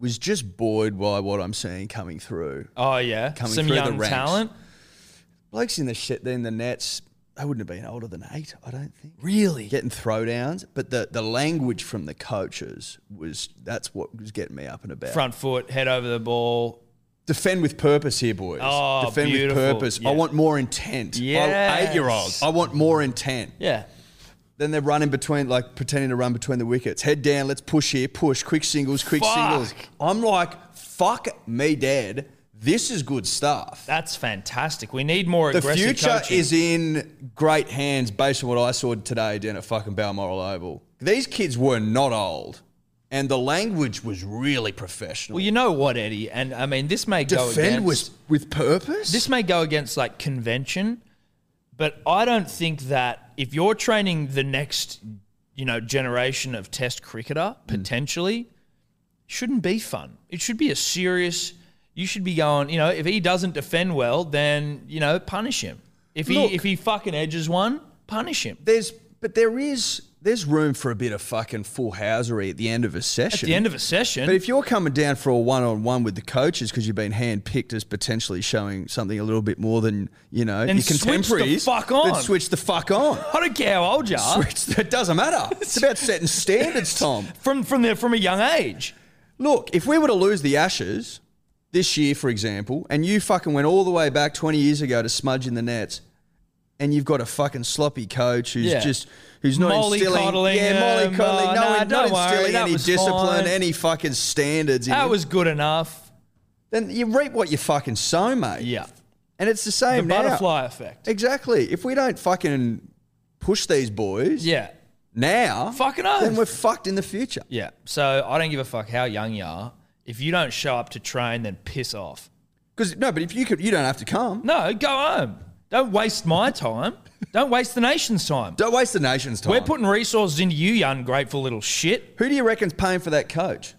[SPEAKER 4] was just buoyed by what I'm seeing coming through.
[SPEAKER 2] Oh yeah.
[SPEAKER 4] Coming
[SPEAKER 2] Some
[SPEAKER 4] through the
[SPEAKER 2] young
[SPEAKER 4] ranks.
[SPEAKER 2] talent.
[SPEAKER 4] blokes in the shit then the nets they wouldn't have been older than eight i don't think
[SPEAKER 2] Really?
[SPEAKER 4] getting throwdowns but the, the language from the coaches was that's what was getting me up and about
[SPEAKER 2] Front foot, head over the ball.
[SPEAKER 4] defend with purpose here boys
[SPEAKER 2] Oh,
[SPEAKER 4] defend
[SPEAKER 2] beautiful.
[SPEAKER 4] with purpose i
[SPEAKER 2] Yeah.
[SPEAKER 4] want more intent
[SPEAKER 2] Yes.
[SPEAKER 4] eight year olds i want more intent
[SPEAKER 2] Yeah.
[SPEAKER 4] then they're running between like pretending to run between the wickets head down let's push here push quick singles quick
[SPEAKER 2] Fuck.
[SPEAKER 4] singles i'm like fuck me dad this is good stuff
[SPEAKER 2] That's fantastic. We need more
[SPEAKER 4] The
[SPEAKER 2] aggressive
[SPEAKER 4] future
[SPEAKER 2] coaching.
[SPEAKER 4] is in great hands based on what I saw today down at fucking Balmoral Oval. These kids were not old, and the language was really professional.
[SPEAKER 2] well, you know what, Eddie, and I mean this may go
[SPEAKER 4] Defend
[SPEAKER 2] against
[SPEAKER 4] with, with purpose?
[SPEAKER 2] this may go against like convention, but I don't think that if you're training the next, you know, generation of test cricketer potentially, shouldn't be fun. It should be a serious. You should be going. You know, if he doesn't defend well, then you know, punish him. If he
[SPEAKER 4] Look-
[SPEAKER 2] if he fucking edges one, punish him.
[SPEAKER 4] there's, but there is there's room for a bit of fucking full housery at the end of a
[SPEAKER 2] At
[SPEAKER 4] session.
[SPEAKER 2] the end of a session,
[SPEAKER 4] but if you're coming down for a one on one with the coaches because you've been handpicked as potentially showing something a little bit more than you know
[SPEAKER 2] Then
[SPEAKER 4] your
[SPEAKER 2] switch the
[SPEAKER 4] contemporaries,
[SPEAKER 2] fuck
[SPEAKER 4] then
[SPEAKER 2] on.
[SPEAKER 4] switch the fuck on.
[SPEAKER 2] I don't care how old you are.
[SPEAKER 4] Switch, it doesn't matter. It's about setting standards, Tom.
[SPEAKER 2] From from the, from a young age.
[SPEAKER 4] Look, if we were to lose the Ashes this year, for example, and you fucking went all the way back 20 years ago to smudge in the nets, and you've got a fucking sloppy coach who's
[SPEAKER 2] Yeah.
[SPEAKER 4] just who's not
[SPEAKER 2] Molly
[SPEAKER 4] instilling,
[SPEAKER 2] coddling
[SPEAKER 4] yeah, molly
[SPEAKER 2] them,
[SPEAKER 4] coddling,
[SPEAKER 2] oh,
[SPEAKER 4] no,
[SPEAKER 2] nah,
[SPEAKER 4] not
[SPEAKER 2] don't worry,
[SPEAKER 4] instilling
[SPEAKER 2] that
[SPEAKER 4] any
[SPEAKER 2] was
[SPEAKER 4] discipline,
[SPEAKER 2] fine.
[SPEAKER 4] any fucking standards. In
[SPEAKER 2] That
[SPEAKER 4] him,
[SPEAKER 2] was good enough.
[SPEAKER 4] then you reap what you fucking sow, mate.
[SPEAKER 2] Yeah.
[SPEAKER 4] and it's the
[SPEAKER 2] The
[SPEAKER 4] same now.
[SPEAKER 2] butterfly effect.
[SPEAKER 4] Exactly. If we don't fucking push these boys,
[SPEAKER 2] Yeah.
[SPEAKER 4] now
[SPEAKER 2] Fucking oath.
[SPEAKER 4] then we're fucked in the future.
[SPEAKER 2] Yeah. So I don't give a fuck how young you are. If you don't show up to train, then piss off.
[SPEAKER 4] Because no, but if you could, you don't have to come.
[SPEAKER 2] No, go home. Don't waste my time. Don't waste the nation's time.
[SPEAKER 4] Don't waste the nation's time.
[SPEAKER 2] We're putting resources into you, you ungrateful little shit.
[SPEAKER 4] Who do you reckon's paying for that coach?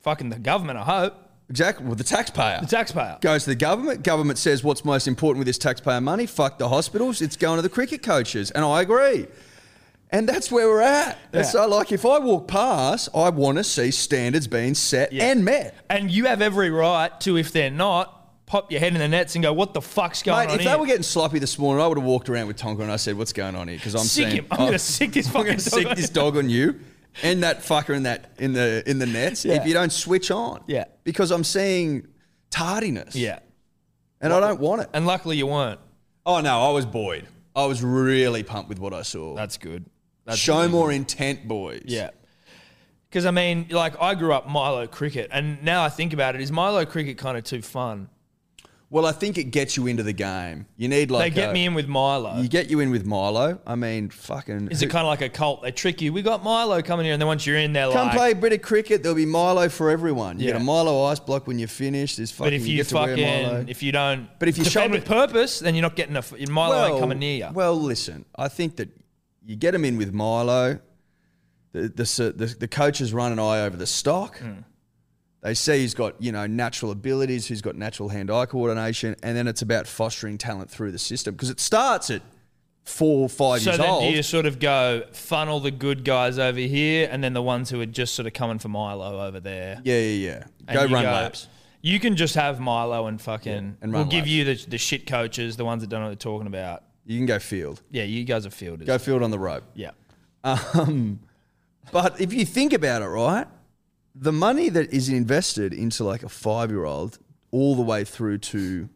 [SPEAKER 2] Fucking the government, I hope.
[SPEAKER 4] Exactly. Well, the taxpayer.
[SPEAKER 2] The taxpayer.
[SPEAKER 4] Goes to the government. Government says what's most important with this taxpayer money. Fuck the hospitals. It's going to the cricket coaches, and I agree. And that's where we're at.
[SPEAKER 2] Yeah.
[SPEAKER 4] And So, like, if I walk past, I want to see standards being set
[SPEAKER 2] Yeah.
[SPEAKER 4] and met.
[SPEAKER 2] And you have every right to, if they're not, pop your head in the nets and go, what the fuck's going
[SPEAKER 4] Mate,
[SPEAKER 2] on
[SPEAKER 4] if
[SPEAKER 2] here?
[SPEAKER 4] they were getting sloppy this morning, I would have walked around with Tonka and I said, "What's going on here?" Because I'm
[SPEAKER 2] sick
[SPEAKER 4] seeing-
[SPEAKER 2] him. I'm
[SPEAKER 4] oh,
[SPEAKER 2] going to sick this
[SPEAKER 4] I'm
[SPEAKER 2] fucking
[SPEAKER 4] gonna sick
[SPEAKER 2] dog.
[SPEAKER 4] this dog on you and that fucker in that in the in the nets
[SPEAKER 2] Yeah.
[SPEAKER 4] if you don't switch on.
[SPEAKER 2] Yeah.
[SPEAKER 4] Because I'm seeing tardiness.
[SPEAKER 2] Yeah.
[SPEAKER 4] And I don't want it.
[SPEAKER 2] And luckily you weren't.
[SPEAKER 4] Oh no, I was buoyed. I was really pumped with what I saw.
[SPEAKER 2] That's good. That's
[SPEAKER 4] Show more intent, boys.
[SPEAKER 2] Yeah. Because I mean, like I grew up Milo cricket, and now I think about it, is Milo cricket kind of too fun?
[SPEAKER 4] Well, I think it gets you into the game. You need like
[SPEAKER 2] they get
[SPEAKER 4] a-
[SPEAKER 2] me in with Milo.
[SPEAKER 4] You get you in with Milo. I mean, fucking.
[SPEAKER 2] Is it
[SPEAKER 4] who-
[SPEAKER 2] kind of like a cult? They trick you. We got Milo coming here, and then once you're in, they're
[SPEAKER 4] Come
[SPEAKER 2] like,
[SPEAKER 4] play a bit of cricket. There'll be Milo for everyone. You get
[SPEAKER 2] Yeah.
[SPEAKER 4] a Milo ice block when you finish. There's fucking.
[SPEAKER 2] But if you,
[SPEAKER 4] get to wear Milo.
[SPEAKER 2] fucking, if you don't,
[SPEAKER 4] But if you
[SPEAKER 2] defend
[SPEAKER 4] show-
[SPEAKER 2] with purpose, then you're not getting a f- Milo ain't coming near you.
[SPEAKER 4] Well, listen, I think that you get them in with Milo. The the s- the, the coaches run an eye over the stock.
[SPEAKER 2] Hmm.
[SPEAKER 4] They see who's got you know natural abilities, who's got natural hand-eye coordination, and then it's about fostering talent through the system because it starts at four or five
[SPEAKER 2] so
[SPEAKER 4] years
[SPEAKER 2] then
[SPEAKER 4] old.
[SPEAKER 2] do you sort of go funnel the good guys over here, and then the ones who are just sort of coming for Milo over there.
[SPEAKER 4] yeah, yeah, yeah.
[SPEAKER 2] And
[SPEAKER 4] Go
[SPEAKER 2] you
[SPEAKER 4] run laps.
[SPEAKER 2] You can just have Milo and fucking.
[SPEAKER 4] and
[SPEAKER 2] we'll
[SPEAKER 4] run
[SPEAKER 2] give
[SPEAKER 4] laps.
[SPEAKER 2] you the, the shit coaches, the ones that don't know what they're talking about.
[SPEAKER 4] You can go field.
[SPEAKER 2] Yeah, you guys are fielders.
[SPEAKER 4] Go field on the rope.
[SPEAKER 2] yeah.
[SPEAKER 4] Um, but if you think about it, right, the money that is invested into like a five-year-old all the way through to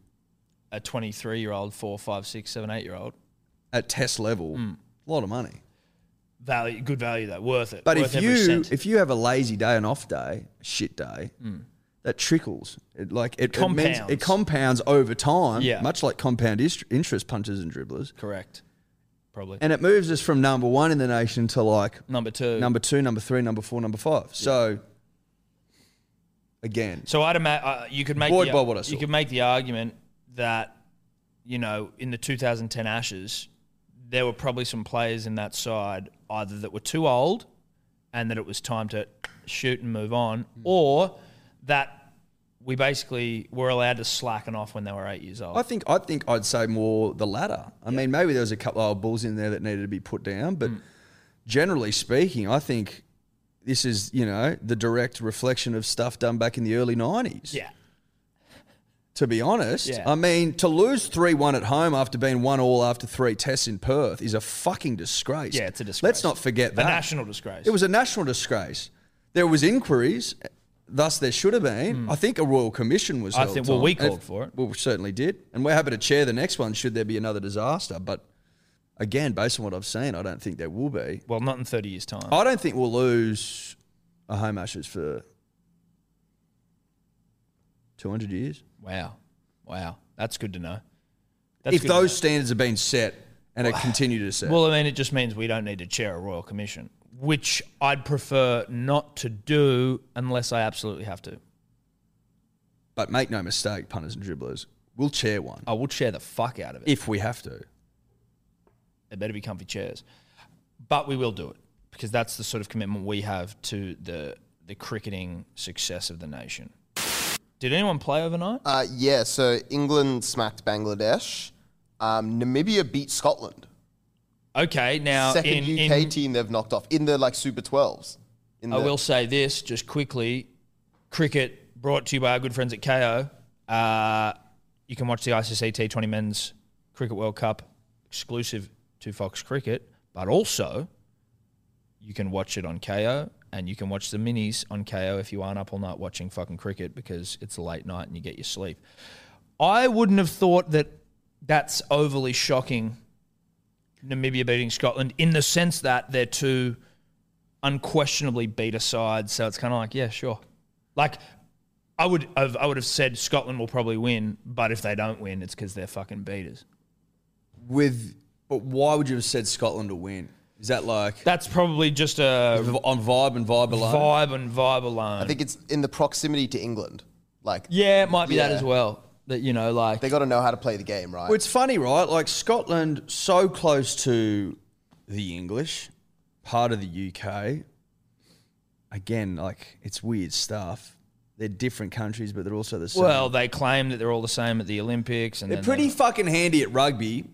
[SPEAKER 2] A 23 year old, four, five, six, seven, eight year old.
[SPEAKER 4] at test level,
[SPEAKER 2] Mm.
[SPEAKER 4] a lot of money.
[SPEAKER 2] Value, good value though, worth it.
[SPEAKER 4] But
[SPEAKER 2] worth
[SPEAKER 4] if
[SPEAKER 2] every
[SPEAKER 4] you
[SPEAKER 2] cent. Mm.
[SPEAKER 4] if you have a lazy day, an off day, shit day, that trickles. It like it it, means- it
[SPEAKER 2] Compounds.
[SPEAKER 4] compounds over time,
[SPEAKER 2] Yeah.
[SPEAKER 4] much like compound ist- interest punches and dribblers,
[SPEAKER 2] correct, probably
[SPEAKER 4] and it moves us from number one in the nation to like
[SPEAKER 2] number two,
[SPEAKER 4] number two, number three, number four, number five. So again,
[SPEAKER 2] So I'd imagine uh, you could make
[SPEAKER 4] Buoyed
[SPEAKER 2] the,
[SPEAKER 4] by what I
[SPEAKER 2] you
[SPEAKER 4] saw.
[SPEAKER 2] could make the argument that you know in the 2010 Ashes there were probably some players in that side either that were too old and that it was time to shoot and move on,
[SPEAKER 4] Hmm.
[SPEAKER 2] or that we basically were allowed to slacken off when they were eight years old.
[SPEAKER 4] I think I think I'd say more the latter. I mean, maybe there was a couple of old bulls in there that needed to be put down,
[SPEAKER 2] Hmm.
[SPEAKER 4] but generally speaking, I think this is you know the direct reflection of stuff done back in the early nineties.
[SPEAKER 2] yeah,
[SPEAKER 4] To be honest,
[SPEAKER 2] Yeah.
[SPEAKER 4] I mean, to lose three one at home after being one all after three tests in Perth is a fucking disgrace.
[SPEAKER 2] yeah, it's a disgrace.
[SPEAKER 4] Let's not forget that
[SPEAKER 2] a national disgrace.
[SPEAKER 4] It was a national disgrace. There was inquiries, thus there should have been. I think a royal commission was.
[SPEAKER 2] Hmm. I
[SPEAKER 4] held,
[SPEAKER 2] think- well,
[SPEAKER 4] Tom.
[SPEAKER 2] we
[SPEAKER 4] If-
[SPEAKER 2] called for it.
[SPEAKER 4] Well, we certainly did, and we're happy to chair the next one should there be another disaster. But again, based on what I've seen, I don't think there will be.
[SPEAKER 2] well, not in 30 years' time.
[SPEAKER 4] I don't think we'll lose a home ashes for two hundred years
[SPEAKER 2] wow, wow, that's good to know. That's
[SPEAKER 4] if
[SPEAKER 2] good to
[SPEAKER 4] those standards have been set and are continued to set.
[SPEAKER 2] Well, I mean, it just means we don't need to chair a royal commission, which I'd prefer not to do unless I absolutely have to.
[SPEAKER 4] but make no mistake, punters and dribblers, we'll chair one
[SPEAKER 2] I will chair the fuck out of it.
[SPEAKER 4] if we have to.
[SPEAKER 2] It better be comfy chairs, but we will do it because that's the sort of commitment we have to the the cricketing success of the nation. Did anyone play overnight?
[SPEAKER 5] Uh, yeah, so England smacked Bangladesh. Um, Namibia beat Scotland.
[SPEAKER 2] Okay, now in,
[SPEAKER 5] Second UK
[SPEAKER 2] in,
[SPEAKER 5] team they've knocked off in the like Super 12s. In
[SPEAKER 2] I
[SPEAKER 5] the-
[SPEAKER 2] will say this just quickly: cricket brought to you by our good friends at KO. Uh, you can watch the ICC T20 Men's Cricket World Cup exclusive to Fox Cricket, but also you can watch it on KO and you can watch the minis on KO if you aren't up all night watching fucking cricket because it's a late night and you get your sleep. I wouldn't have thought that that's overly shocking. Namibia beating Scotland in the sense that they're two unquestionably beat a side. So it's kind of like, yeah, sure. Like, I would have, I would have said Scotland will probably win, but if they don't win, it's because they're fucking beaters.
[SPEAKER 4] with but why would you have said Scotland to win? Is that like
[SPEAKER 2] That's probably just a
[SPEAKER 4] v- on vibe and vibe alone?
[SPEAKER 2] vibe and vibe alone.
[SPEAKER 5] I think it's in the proximity to England. Like
[SPEAKER 2] yeah, it might be that
[SPEAKER 5] Yeah.
[SPEAKER 2] as well. That you know, like
[SPEAKER 5] they got to know how to play the game, right?
[SPEAKER 4] Well, it's funny, right? Like Scotland, so close to the English, part of the UK. Again, like it's weird stuff. They're different countries, but they're also the same.
[SPEAKER 2] well, they claim that they're all the same at the Olympics, and
[SPEAKER 4] they're
[SPEAKER 2] then
[SPEAKER 4] pretty
[SPEAKER 2] they-
[SPEAKER 4] fucking handy at rugby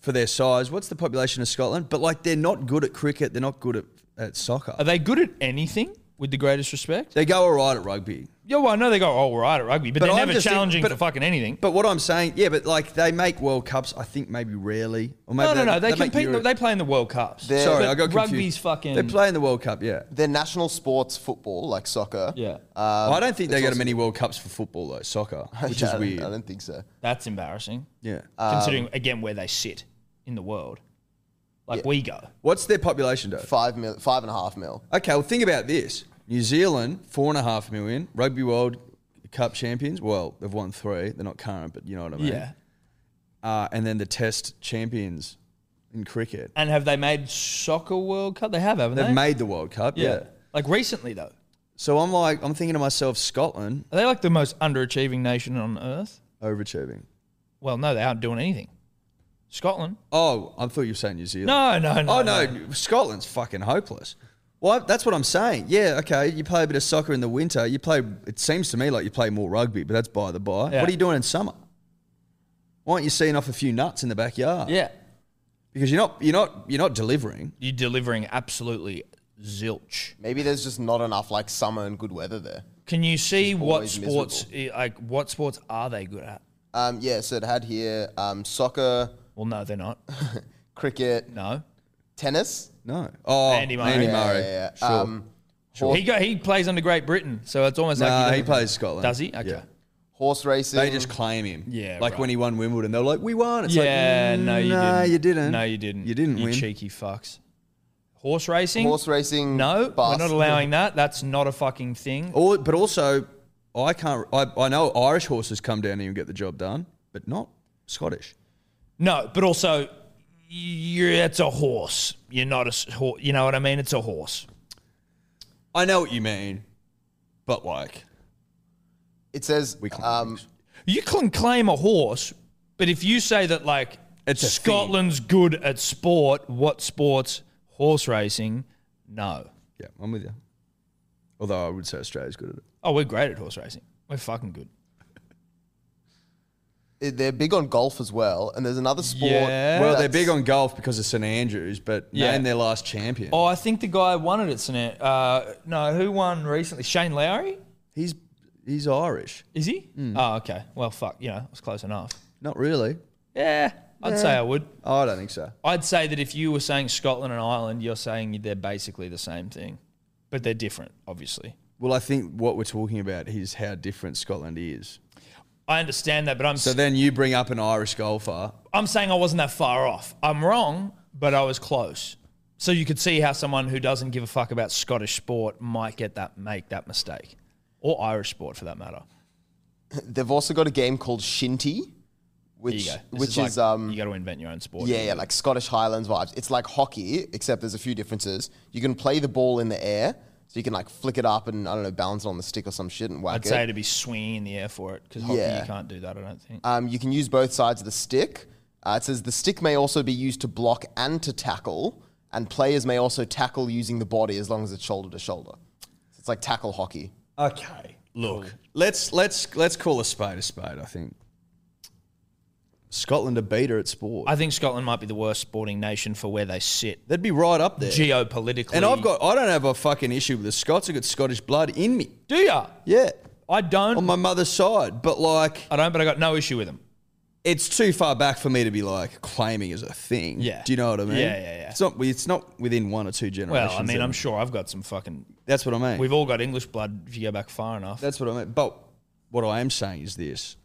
[SPEAKER 4] for their size. What's the population of Scotland? But like, they're not good at cricket. They're not good at, at soccer.
[SPEAKER 2] are they good at anything? With the greatest respect,
[SPEAKER 4] They go all right at rugby.
[SPEAKER 2] yeah. Well, I know they go all right at rugby, but,
[SPEAKER 4] But
[SPEAKER 2] they're
[SPEAKER 4] I'm
[SPEAKER 2] never
[SPEAKER 4] just think-
[SPEAKER 2] challenging
[SPEAKER 4] but-
[SPEAKER 2] for fucking anything.
[SPEAKER 4] But what I'm saying, yeah, but like they make World Cups, I think maybe rarely. Or maybe
[SPEAKER 2] No, no, no. They,
[SPEAKER 4] make
[SPEAKER 2] compete. in the-
[SPEAKER 4] Euro-
[SPEAKER 2] They play in the World Cups.
[SPEAKER 5] They're-
[SPEAKER 4] Sorry,
[SPEAKER 2] but
[SPEAKER 4] I got confused.
[SPEAKER 2] rugby's fucking-
[SPEAKER 4] They play in the World Cup, yeah.
[SPEAKER 5] Their national sports football, like soccer.
[SPEAKER 2] Yeah.
[SPEAKER 4] I don't think they go to many World Cups for football though, soccer, which
[SPEAKER 5] Um, Yeah, I
[SPEAKER 4] is
[SPEAKER 5] don't-
[SPEAKER 4] weird.
[SPEAKER 5] I don't think so.
[SPEAKER 2] That's embarrassing.
[SPEAKER 4] yeah. Um,
[SPEAKER 2] considering again where they sit in the world. Like we go.
[SPEAKER 4] What's their population though?
[SPEAKER 5] Five mil, five and a half mil.
[SPEAKER 4] Okay, well think about this: New Zealand, four and a half million. Rugby World Cup champions. Well, they've won three. They're not current, but you know what I mean.
[SPEAKER 2] Yeah.
[SPEAKER 4] Uh, and then the Test champions in cricket.
[SPEAKER 2] And have they made soccer World Cup? They have, haven't
[SPEAKER 4] They've
[SPEAKER 2] they?
[SPEAKER 4] made the World Cup. Yeah.
[SPEAKER 2] Like recently though,
[SPEAKER 4] So I'm like, I'm thinking to myself, Scotland
[SPEAKER 2] are they like the most underachieving nation on earth?
[SPEAKER 4] overachieving.
[SPEAKER 2] Well, no, they aren't doing anything. Scotland?
[SPEAKER 4] Oh, I thought you were saying New Zealand.
[SPEAKER 2] No, no, no.
[SPEAKER 4] Oh no, Scotland's fucking hopeless. Well, that's what I'm saying. Yeah, okay, you play a bit of soccer in the winter. You play. It seems to me like you play more rugby, but that's by the by.
[SPEAKER 2] Yeah.
[SPEAKER 4] What are you doing in summer? Why aren't you seeing off a few nuts in the backyard?
[SPEAKER 2] Yeah,
[SPEAKER 4] because you're not you're not you're not delivering.
[SPEAKER 2] you're delivering absolutely zilch.
[SPEAKER 5] Maybe there's just not enough like summer and good weather there.
[SPEAKER 2] Can you see what
[SPEAKER 5] always
[SPEAKER 2] sports eh, like what sports are they good at?
[SPEAKER 5] Um, yeah, so it had here um, soccer,
[SPEAKER 2] Well, no, they're not.
[SPEAKER 5] cricket,
[SPEAKER 2] No,
[SPEAKER 5] tennis.
[SPEAKER 4] No. Oh,
[SPEAKER 2] Andy Murray.
[SPEAKER 4] Andy
[SPEAKER 2] Yeah,
[SPEAKER 4] Murray.
[SPEAKER 5] yeah, yeah.
[SPEAKER 4] Sure.
[SPEAKER 5] Um, Horse,
[SPEAKER 2] he go, he plays under Great Britain, so it's almost
[SPEAKER 4] Nah,
[SPEAKER 2] like
[SPEAKER 4] he
[SPEAKER 2] doesn't-
[SPEAKER 4] plays Scotland.
[SPEAKER 2] Does he? Okay.
[SPEAKER 4] Yeah.
[SPEAKER 5] horse racing.
[SPEAKER 4] They just claim him.
[SPEAKER 2] Yeah,
[SPEAKER 4] Like
[SPEAKER 2] right.
[SPEAKER 4] when he won Wimbledon, they were like, "We won." It's
[SPEAKER 2] yeah,
[SPEAKER 4] like,
[SPEAKER 2] no, you
[SPEAKER 4] nah,
[SPEAKER 2] didn't.
[SPEAKER 4] you didn't.
[SPEAKER 2] No, you didn't.
[SPEAKER 4] You didn't
[SPEAKER 2] you
[SPEAKER 4] win.
[SPEAKER 2] Cheeky fucks. Horse racing.
[SPEAKER 5] horse racing.
[SPEAKER 2] No,
[SPEAKER 5] bus.
[SPEAKER 2] we're not allowing that. That's not a fucking thing.
[SPEAKER 4] Or, but also, I can't. I, I know Irish horses come down here and get the job done, but not Scottish.
[SPEAKER 2] No, but also, you're it's a horse. You're not a s- hor You know what I mean? It's a horse.
[SPEAKER 4] I know what you mean, but like,
[SPEAKER 5] It says
[SPEAKER 4] We can't
[SPEAKER 5] um,
[SPEAKER 4] fix.
[SPEAKER 2] You can claim a horse, but if you say that like
[SPEAKER 4] It's a
[SPEAKER 2] Scotland's good at sport, what sports? Horse racing? No.
[SPEAKER 4] yeah, I'm with you. Although I would say Australia's good at it.
[SPEAKER 2] Oh, we're great at horse racing. We're fucking good.
[SPEAKER 5] it- they're big on golf as well, and there's another sport.
[SPEAKER 2] Yeah.
[SPEAKER 4] Well, they're
[SPEAKER 5] that's-
[SPEAKER 4] big on golf because of St Andrews, but
[SPEAKER 2] Yeah.
[SPEAKER 4] name their last champion.
[SPEAKER 2] Oh, I think the guy won it at St. An- Uh, no, who won recently? Shane Lowry?
[SPEAKER 4] He's he's Irish.
[SPEAKER 2] Is he?
[SPEAKER 5] Mm.
[SPEAKER 2] Oh, okay. Well, fuck. You know, it was close enough.
[SPEAKER 4] Not really.
[SPEAKER 2] Yeah, I'd say I would.
[SPEAKER 4] Oh, I don't think so.
[SPEAKER 2] I'd say that if you were saying Scotland and Ireland, you're saying they're basically the same thing, but they're different, obviously.
[SPEAKER 4] Well, I think what we're talking about is how different Scotland is.
[SPEAKER 2] I understand that, but I'm
[SPEAKER 4] So then you bring up an Irish golfer.
[SPEAKER 2] I'm saying I wasn't that far off. I'm wrong, but I was close. So you could see how someone who doesn't give a fuck about Scottish sport might get that make that mistake, or Irish sport for that matter.
[SPEAKER 5] They've also got a game called Shinty,
[SPEAKER 2] There you
[SPEAKER 5] which
[SPEAKER 2] go. This
[SPEAKER 5] which is,
[SPEAKER 2] like,
[SPEAKER 5] um,
[SPEAKER 2] you got to invent your own sport.
[SPEAKER 5] Yeah, yeah, like Scottish Highlands vibes. It's like hockey, except there's a few differences. You can play the ball in the air, so you can like flick it up and I don't know, balance it on the stick or some shit and whack
[SPEAKER 2] I'd
[SPEAKER 5] it.
[SPEAKER 2] say to be swinging in the air for it because hockey
[SPEAKER 5] Yeah.
[SPEAKER 2] you can't do that. I don't think.
[SPEAKER 5] um, you can use both sides of the stick. Uh, it says the stick may also be used to block and to tackle, and players may also tackle using the body as long as it's shoulder to shoulder. So it's like tackle hockey.
[SPEAKER 4] Okay. Look, let's let's let's call a spade a spade. I think Scotland a beater at sport.
[SPEAKER 2] I think Scotland might be the worst sporting nation for where they sit
[SPEAKER 4] They'd be right up there.
[SPEAKER 2] geopolitically.
[SPEAKER 4] and I've got I don't have a fucking issue with the Scots. I've got Scottish blood in me.
[SPEAKER 2] do ya?
[SPEAKER 4] Yeah,
[SPEAKER 2] I don't.
[SPEAKER 4] on my mother's side, but like
[SPEAKER 2] I don't, but I got no issue with them.
[SPEAKER 4] it's too far back for me to be like claiming as a thing.
[SPEAKER 2] Yeah.
[SPEAKER 4] Do you know what I mean?
[SPEAKER 2] Yeah, yeah, yeah.
[SPEAKER 4] It's not it's not within one or two generations.
[SPEAKER 2] Well, I mean,
[SPEAKER 4] then.
[SPEAKER 2] I'm sure I've got some fucking.
[SPEAKER 4] that's what I mean.
[SPEAKER 2] We've all got English blood if you go back far enough.
[SPEAKER 4] That's what I meant. But what I am saying is this: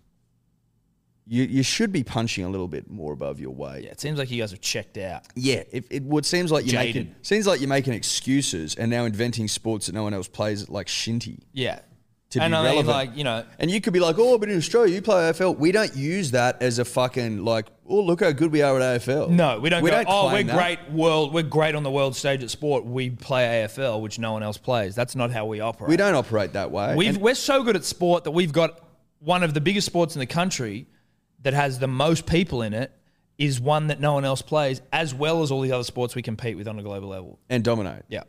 [SPEAKER 4] you you should be punching a little bit more above your weight.
[SPEAKER 2] yeah, it seems like you guys have checked out.
[SPEAKER 4] Yeah, it, it would seems like you're
[SPEAKER 2] Jaded.
[SPEAKER 4] making seems like you're making excuses and now inventing sports that no one else plays, like shinty.
[SPEAKER 2] Yeah.
[SPEAKER 4] To be
[SPEAKER 2] and I mean,
[SPEAKER 4] relevant.
[SPEAKER 2] like, you know,
[SPEAKER 4] And you could be like, oh, but in Australia you play AFL. We don't use that as a fucking like, oh, look how good we are at AFL.
[SPEAKER 2] no, we don't go, oh, we're
[SPEAKER 4] claim that.
[SPEAKER 2] great world, we're great on the world stage at sport. We play AFL, which no one else plays. That's not how we operate.
[SPEAKER 4] We don't operate that way.
[SPEAKER 2] We've,
[SPEAKER 4] And
[SPEAKER 2] we're so good at sport that we've got one of the biggest sports in the country that has the most people in it is one that no one else plays, as well as all the other sports we compete with on a global level.
[SPEAKER 4] and dominate.
[SPEAKER 2] Yeah.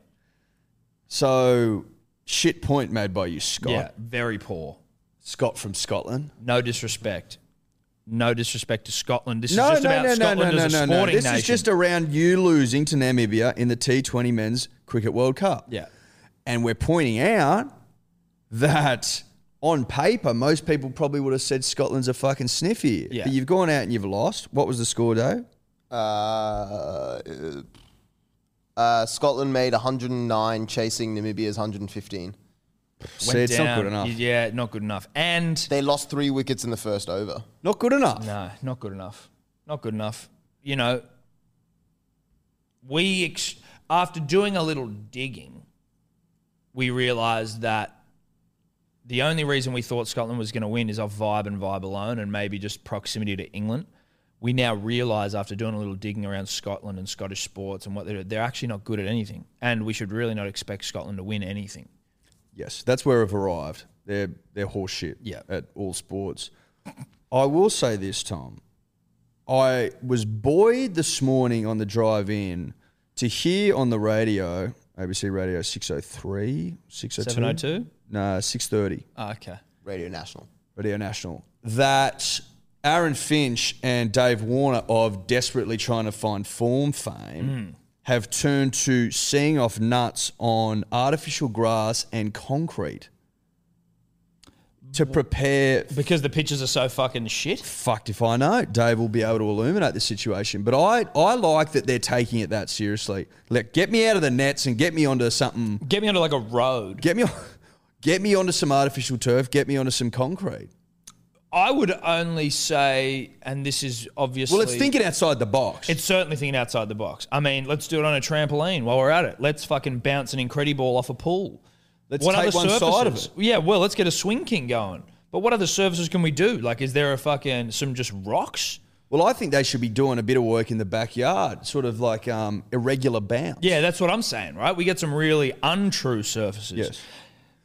[SPEAKER 4] So shit point made by you, Scott.
[SPEAKER 2] Yeah. Very poor.
[SPEAKER 4] Scott from Scotland.
[SPEAKER 2] No disrespect. No disrespect to Scotland. This
[SPEAKER 4] no,
[SPEAKER 2] is just
[SPEAKER 4] no,
[SPEAKER 2] about
[SPEAKER 4] no,
[SPEAKER 2] Scotland
[SPEAKER 4] no, no,
[SPEAKER 2] as
[SPEAKER 4] no,
[SPEAKER 2] a
[SPEAKER 4] no, no.
[SPEAKER 2] sporting
[SPEAKER 4] This
[SPEAKER 2] nation.
[SPEAKER 4] is just around you losing to Namibia in the T20 Men's Cricket World Cup.
[SPEAKER 2] yeah.
[SPEAKER 4] And we're pointing out that on paper, most people probably would have said Scotland's a fucking sniffy.
[SPEAKER 2] Yeah.
[SPEAKER 4] But you've gone out and you've lost. What was the score, Dave?
[SPEAKER 5] Uh, uh, Scotland made 109, chasing Namibia's 115.
[SPEAKER 4] So it's not good enough.
[SPEAKER 2] Yeah, not good enough. And
[SPEAKER 5] They lost three wickets in the first over.
[SPEAKER 4] Not good enough.
[SPEAKER 2] No, not good enough. Not good enough. You know, we, ex- after doing a little digging, we realized that the only reason we thought Scotland was going to win is off vibe and vibe alone, and maybe just proximity to England. We now realise after doing a little digging around Scotland and Scottish sports and what they're they're actually not good at anything, and we should really not expect Scotland to win anything.
[SPEAKER 4] Yes, that's where we've arrived. They're they're horse shit
[SPEAKER 2] Yeah.
[SPEAKER 4] at all sports. I will say this, Tom. I was buoyed this morning on the drive in to hear on the radio, ABC Radio 603, 602?
[SPEAKER 2] 702?
[SPEAKER 4] No, 630.
[SPEAKER 2] Ah, okay.
[SPEAKER 5] Radio National.
[SPEAKER 4] Radio National that Aaron Finch and Dave Warner of desperately trying to find form fame have turned to seeing off nuts on artificial grass and concrete to prepare.
[SPEAKER 2] Because the pitches are so fucking shit.
[SPEAKER 4] Fucked if I know. Dave will be able to illuminate the situation, but I, I like that they're taking it that seriously. Let get me out of the nets and get me onto something.
[SPEAKER 2] Get me onto like a road.
[SPEAKER 4] Get me, on- get me onto some artificial turf. Get me onto some concrete.
[SPEAKER 2] I would only say, and this is obviously
[SPEAKER 4] Well, it's thinking outside the box.
[SPEAKER 2] It's certainly thinking outside the box. I mean, let's do it on a trampoline while we're at it. Let's fucking bounce an incrediball off a pool.
[SPEAKER 4] Let's take one side of it.
[SPEAKER 2] Yeah, well, let's get a swing king going. But what other services can we do? Like, is there a fucking some just rocks?
[SPEAKER 4] Well, I think they should be doing a bit of work in the backyard, sort of like um, irregular bounce.
[SPEAKER 2] Yeah, that's what I'm saying, right? We get some really untrue surfaces.
[SPEAKER 4] Yes.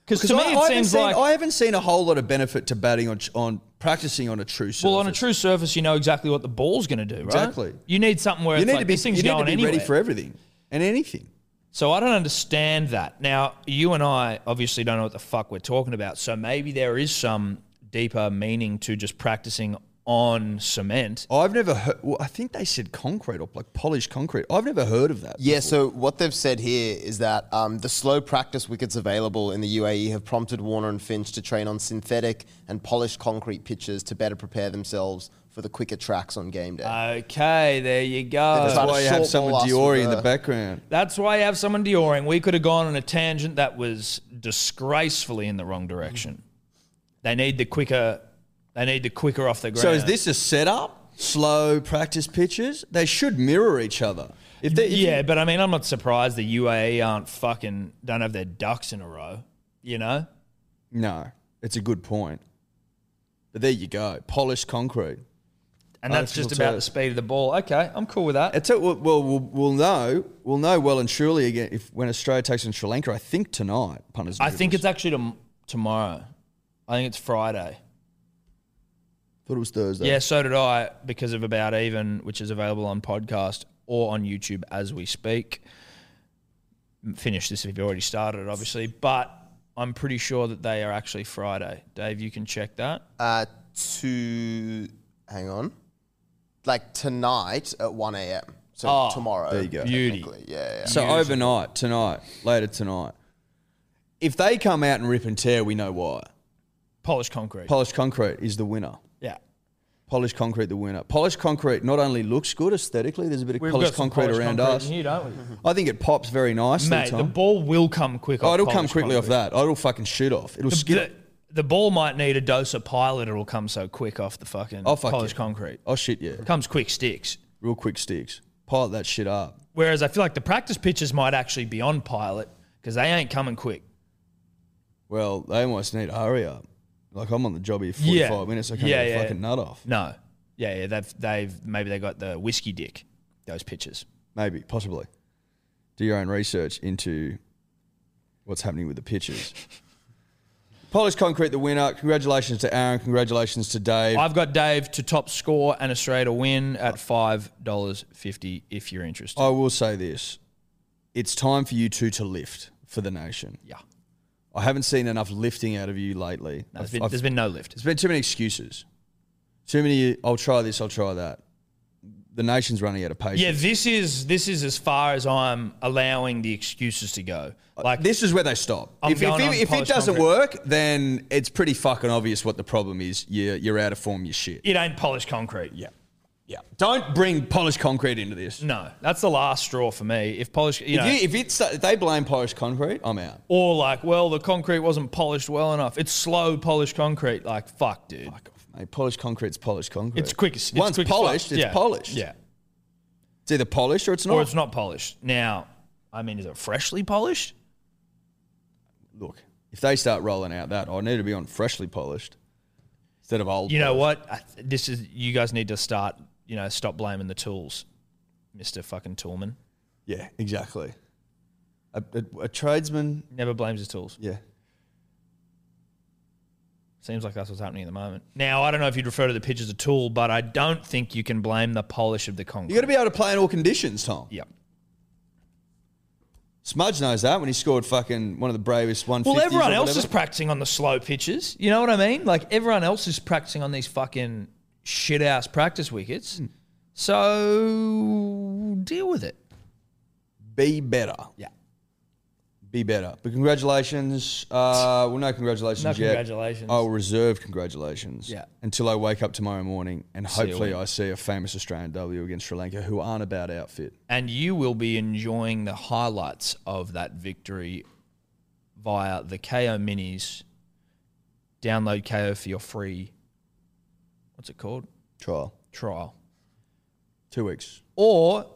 [SPEAKER 2] Because
[SPEAKER 4] Because
[SPEAKER 2] to
[SPEAKER 4] I,
[SPEAKER 2] me,
[SPEAKER 4] I
[SPEAKER 2] it
[SPEAKER 4] haven't
[SPEAKER 2] seems
[SPEAKER 4] seen,
[SPEAKER 2] like
[SPEAKER 4] I haven't seen a whole lot of benefit to batting on, on practicing on a true surface.
[SPEAKER 2] well, on a true surface, you know exactly what the ball's going to do, right?
[SPEAKER 4] Exactly.
[SPEAKER 2] You need something where
[SPEAKER 4] you
[SPEAKER 2] it's
[SPEAKER 4] need
[SPEAKER 2] like,
[SPEAKER 4] to be,
[SPEAKER 2] this thing's
[SPEAKER 4] you need to
[SPEAKER 2] going
[SPEAKER 4] be
[SPEAKER 2] anywhere.
[SPEAKER 4] ready for everything and anything.
[SPEAKER 2] So I don't understand that. Now, you and I obviously don't know what the fuck we're talking about. So maybe there is some deeper meaning to just practicing on cement.
[SPEAKER 4] I've never heard. Well, I think they said concrete or like polished concrete. I've never heard of that.
[SPEAKER 5] Yeah, so what they've said here is that um, the slow practice wickets available in the UAE have prompted Warner and Finch to train on synthetic and polished concrete pitches to better prepare themselves for the quicker tracks on game
[SPEAKER 4] Uh,
[SPEAKER 5] day.
[SPEAKER 2] Okay, there you go.
[SPEAKER 4] That's
[SPEAKER 5] That's Trying to
[SPEAKER 4] why you have
[SPEAKER 5] short
[SPEAKER 4] someone
[SPEAKER 5] ball us
[SPEAKER 4] Diori
[SPEAKER 5] with
[SPEAKER 4] in
[SPEAKER 5] a-
[SPEAKER 4] the background.
[SPEAKER 2] That's why you have someone deoring. We could have gone on a tangent that was disgracefully in the wrong direction. They need the quicker. They need the quicker off the ground.
[SPEAKER 4] So is this a setup? Slow practice pitches? They should mirror each other. If they, if you-
[SPEAKER 2] yeah, but I mean, I'm not surprised the UAE aren't fucking don't have their ducks in a row. You know,
[SPEAKER 4] No, it's a good point. But there you go, polished concrete.
[SPEAKER 2] and that's just
[SPEAKER 4] Artificial
[SPEAKER 2] about
[SPEAKER 4] turf.
[SPEAKER 2] the speed of the ball. Okay, I'm cool with that.
[SPEAKER 4] It's a, well, we'll we'll know we'll know well and surely again if when Australia takes on Sri Lanka. I think tonight, punters.
[SPEAKER 2] I think it's actually tom- tomorrow. I think it's Friday.
[SPEAKER 4] thought it was Thursday.
[SPEAKER 2] Yeah, so did I because of About Even, which is available on podcast or on YouTube as we speak. Finish this if you've already started it, obviously, but I'm pretty sure that they are actually Friday. Dave, you can check that.
[SPEAKER 5] Uh, to hang on, like tonight at one a.m. So
[SPEAKER 2] Oh,
[SPEAKER 5] tomorrow.
[SPEAKER 4] there you go.
[SPEAKER 2] Beauty.
[SPEAKER 5] technically. Yeah, yeah.
[SPEAKER 4] So overnight tonight, later tonight, if they come out and rip and tear, we know why.
[SPEAKER 2] Polished concrete.
[SPEAKER 4] Polished concrete is the winner.
[SPEAKER 2] yeah.
[SPEAKER 4] Polished concrete, the winner. Polished concrete not only looks good aesthetically. There's a bit of polished
[SPEAKER 2] some
[SPEAKER 4] concrete
[SPEAKER 2] polished
[SPEAKER 4] around
[SPEAKER 2] concrete
[SPEAKER 4] us.
[SPEAKER 2] in here, don't we?
[SPEAKER 4] I think it pops very nicely.
[SPEAKER 2] Mate, the
[SPEAKER 4] Tom.
[SPEAKER 2] ball will come quick
[SPEAKER 4] Oh,
[SPEAKER 2] off
[SPEAKER 4] it'll come
[SPEAKER 2] polished
[SPEAKER 4] quickly off
[SPEAKER 2] concrete.
[SPEAKER 4] that. It'll fucking shoot off. It'll skip.
[SPEAKER 2] The, the ball might need a dose of pilot, it'll come so quick off the fucking
[SPEAKER 4] Oh, fuck
[SPEAKER 2] polished
[SPEAKER 4] yeah.
[SPEAKER 2] concrete.
[SPEAKER 4] Oh shit, yeah.
[SPEAKER 2] Comes quick sticks.
[SPEAKER 4] Real quick sticks. Pile that shit up.
[SPEAKER 2] Whereas I feel like the practice pitches might actually be on pilot because they ain't coming quick.
[SPEAKER 4] Well, they almost need to hurry up. Like I'm on the job here 45
[SPEAKER 2] Yeah.
[SPEAKER 4] minutes. I can't
[SPEAKER 2] Yeah,
[SPEAKER 4] get a
[SPEAKER 2] yeah.
[SPEAKER 4] fucking nut off.
[SPEAKER 2] No. Yeah, yeah. They've they've maybe they got the whiskey dick. Those pitches.
[SPEAKER 4] Maybe, possibly. Do your own research into what's happening with the pitches. Polish Concrete, the winner. Congratulations to Aaron. Congratulations to Dave.
[SPEAKER 2] I've got Dave to top score and Australia to win at five dollars fifty. If you're interested.
[SPEAKER 4] I will say this: it's time for you two to lift for the nation.
[SPEAKER 2] yeah.
[SPEAKER 4] I haven't seen enough lifting out of you lately.
[SPEAKER 2] No, there's
[SPEAKER 4] I've-
[SPEAKER 2] been,
[SPEAKER 4] I've-
[SPEAKER 2] there's been no lift.
[SPEAKER 4] There's been too many excuses. Too many. I'll try this. I'll try that. The nation's running out of patience.
[SPEAKER 2] Yeah, this is this is as far as I'm allowing the excuses to go. Like
[SPEAKER 4] Uh, this is where they stop.
[SPEAKER 2] I'm
[SPEAKER 4] if if
[SPEAKER 2] going
[SPEAKER 4] it-
[SPEAKER 2] on
[SPEAKER 4] if it
[SPEAKER 2] polished
[SPEAKER 4] doesn't
[SPEAKER 2] concrete.
[SPEAKER 4] work, then it's pretty fucking obvious what the problem is. You're, you're out of form. You're shit.
[SPEAKER 2] it ain't polished concrete. Yeah.
[SPEAKER 4] Yeah. Don't bring polished concrete into this.
[SPEAKER 2] No, that's the last straw for me. If polished, you know,
[SPEAKER 4] If, you, if, it's, if they blame polished concrete, I'm out.
[SPEAKER 2] or like, well, the concrete wasn't polished well enough. It's slow polished concrete. Like, fuck, dude.
[SPEAKER 4] Fuck off, mate. Polished concrete's polished concrete.
[SPEAKER 2] It's quick. as- It's
[SPEAKER 4] Once
[SPEAKER 2] quick as fuck.
[SPEAKER 4] polished, it's
[SPEAKER 2] Yeah.
[SPEAKER 4] polished. Oh.
[SPEAKER 2] Yeah.
[SPEAKER 4] It's either polished or it's not.
[SPEAKER 2] or it's not polished. Now, I mean, is it freshly polished?
[SPEAKER 4] Look, If they start rolling out that, I need to be on freshly polished instead of old.
[SPEAKER 2] You know
[SPEAKER 4] polished.
[SPEAKER 2] what? I th- this is you guys need to start. You know, stop blaming the tools, Mister Fucking Toolman.
[SPEAKER 4] Yeah, exactly. A, a, a tradesman.
[SPEAKER 2] Never blames his tools.
[SPEAKER 4] Yeah.
[SPEAKER 2] Seems like that's what's happening at the moment. Now, I don't know if you'd refer to the pitch as a tool, but I don't think you can blame the polish of the concrete.
[SPEAKER 4] You got to be able to play in all conditions, Tom.
[SPEAKER 2] Yep.
[SPEAKER 4] Smudge knows that when he scored fucking one of the bravest one.
[SPEAKER 2] Well, everyone else is practicing on the slow pitches. You know what I mean? Like everyone else is practicing on these fucking shit ass practice wickets. So deal with it.
[SPEAKER 4] be better.
[SPEAKER 2] Yeah.
[SPEAKER 4] Be better. But congratulations. Uh, well, no congratulations
[SPEAKER 2] No
[SPEAKER 4] yet. Oh.
[SPEAKER 2] congratulations.
[SPEAKER 4] I'll reserve congratulations.
[SPEAKER 2] Yeah.
[SPEAKER 4] Until I wake up tomorrow morning and
[SPEAKER 2] a
[SPEAKER 4] hopefully
[SPEAKER 2] win.
[SPEAKER 4] I see a famous Australian W against Sri Lanka who aren't about outfit.
[SPEAKER 2] And you will be enjoying the highlights of that victory via the KO minis. Download KO for your free. What's it called?
[SPEAKER 4] Trial.
[SPEAKER 2] Trial.
[SPEAKER 4] Two weeks.
[SPEAKER 2] or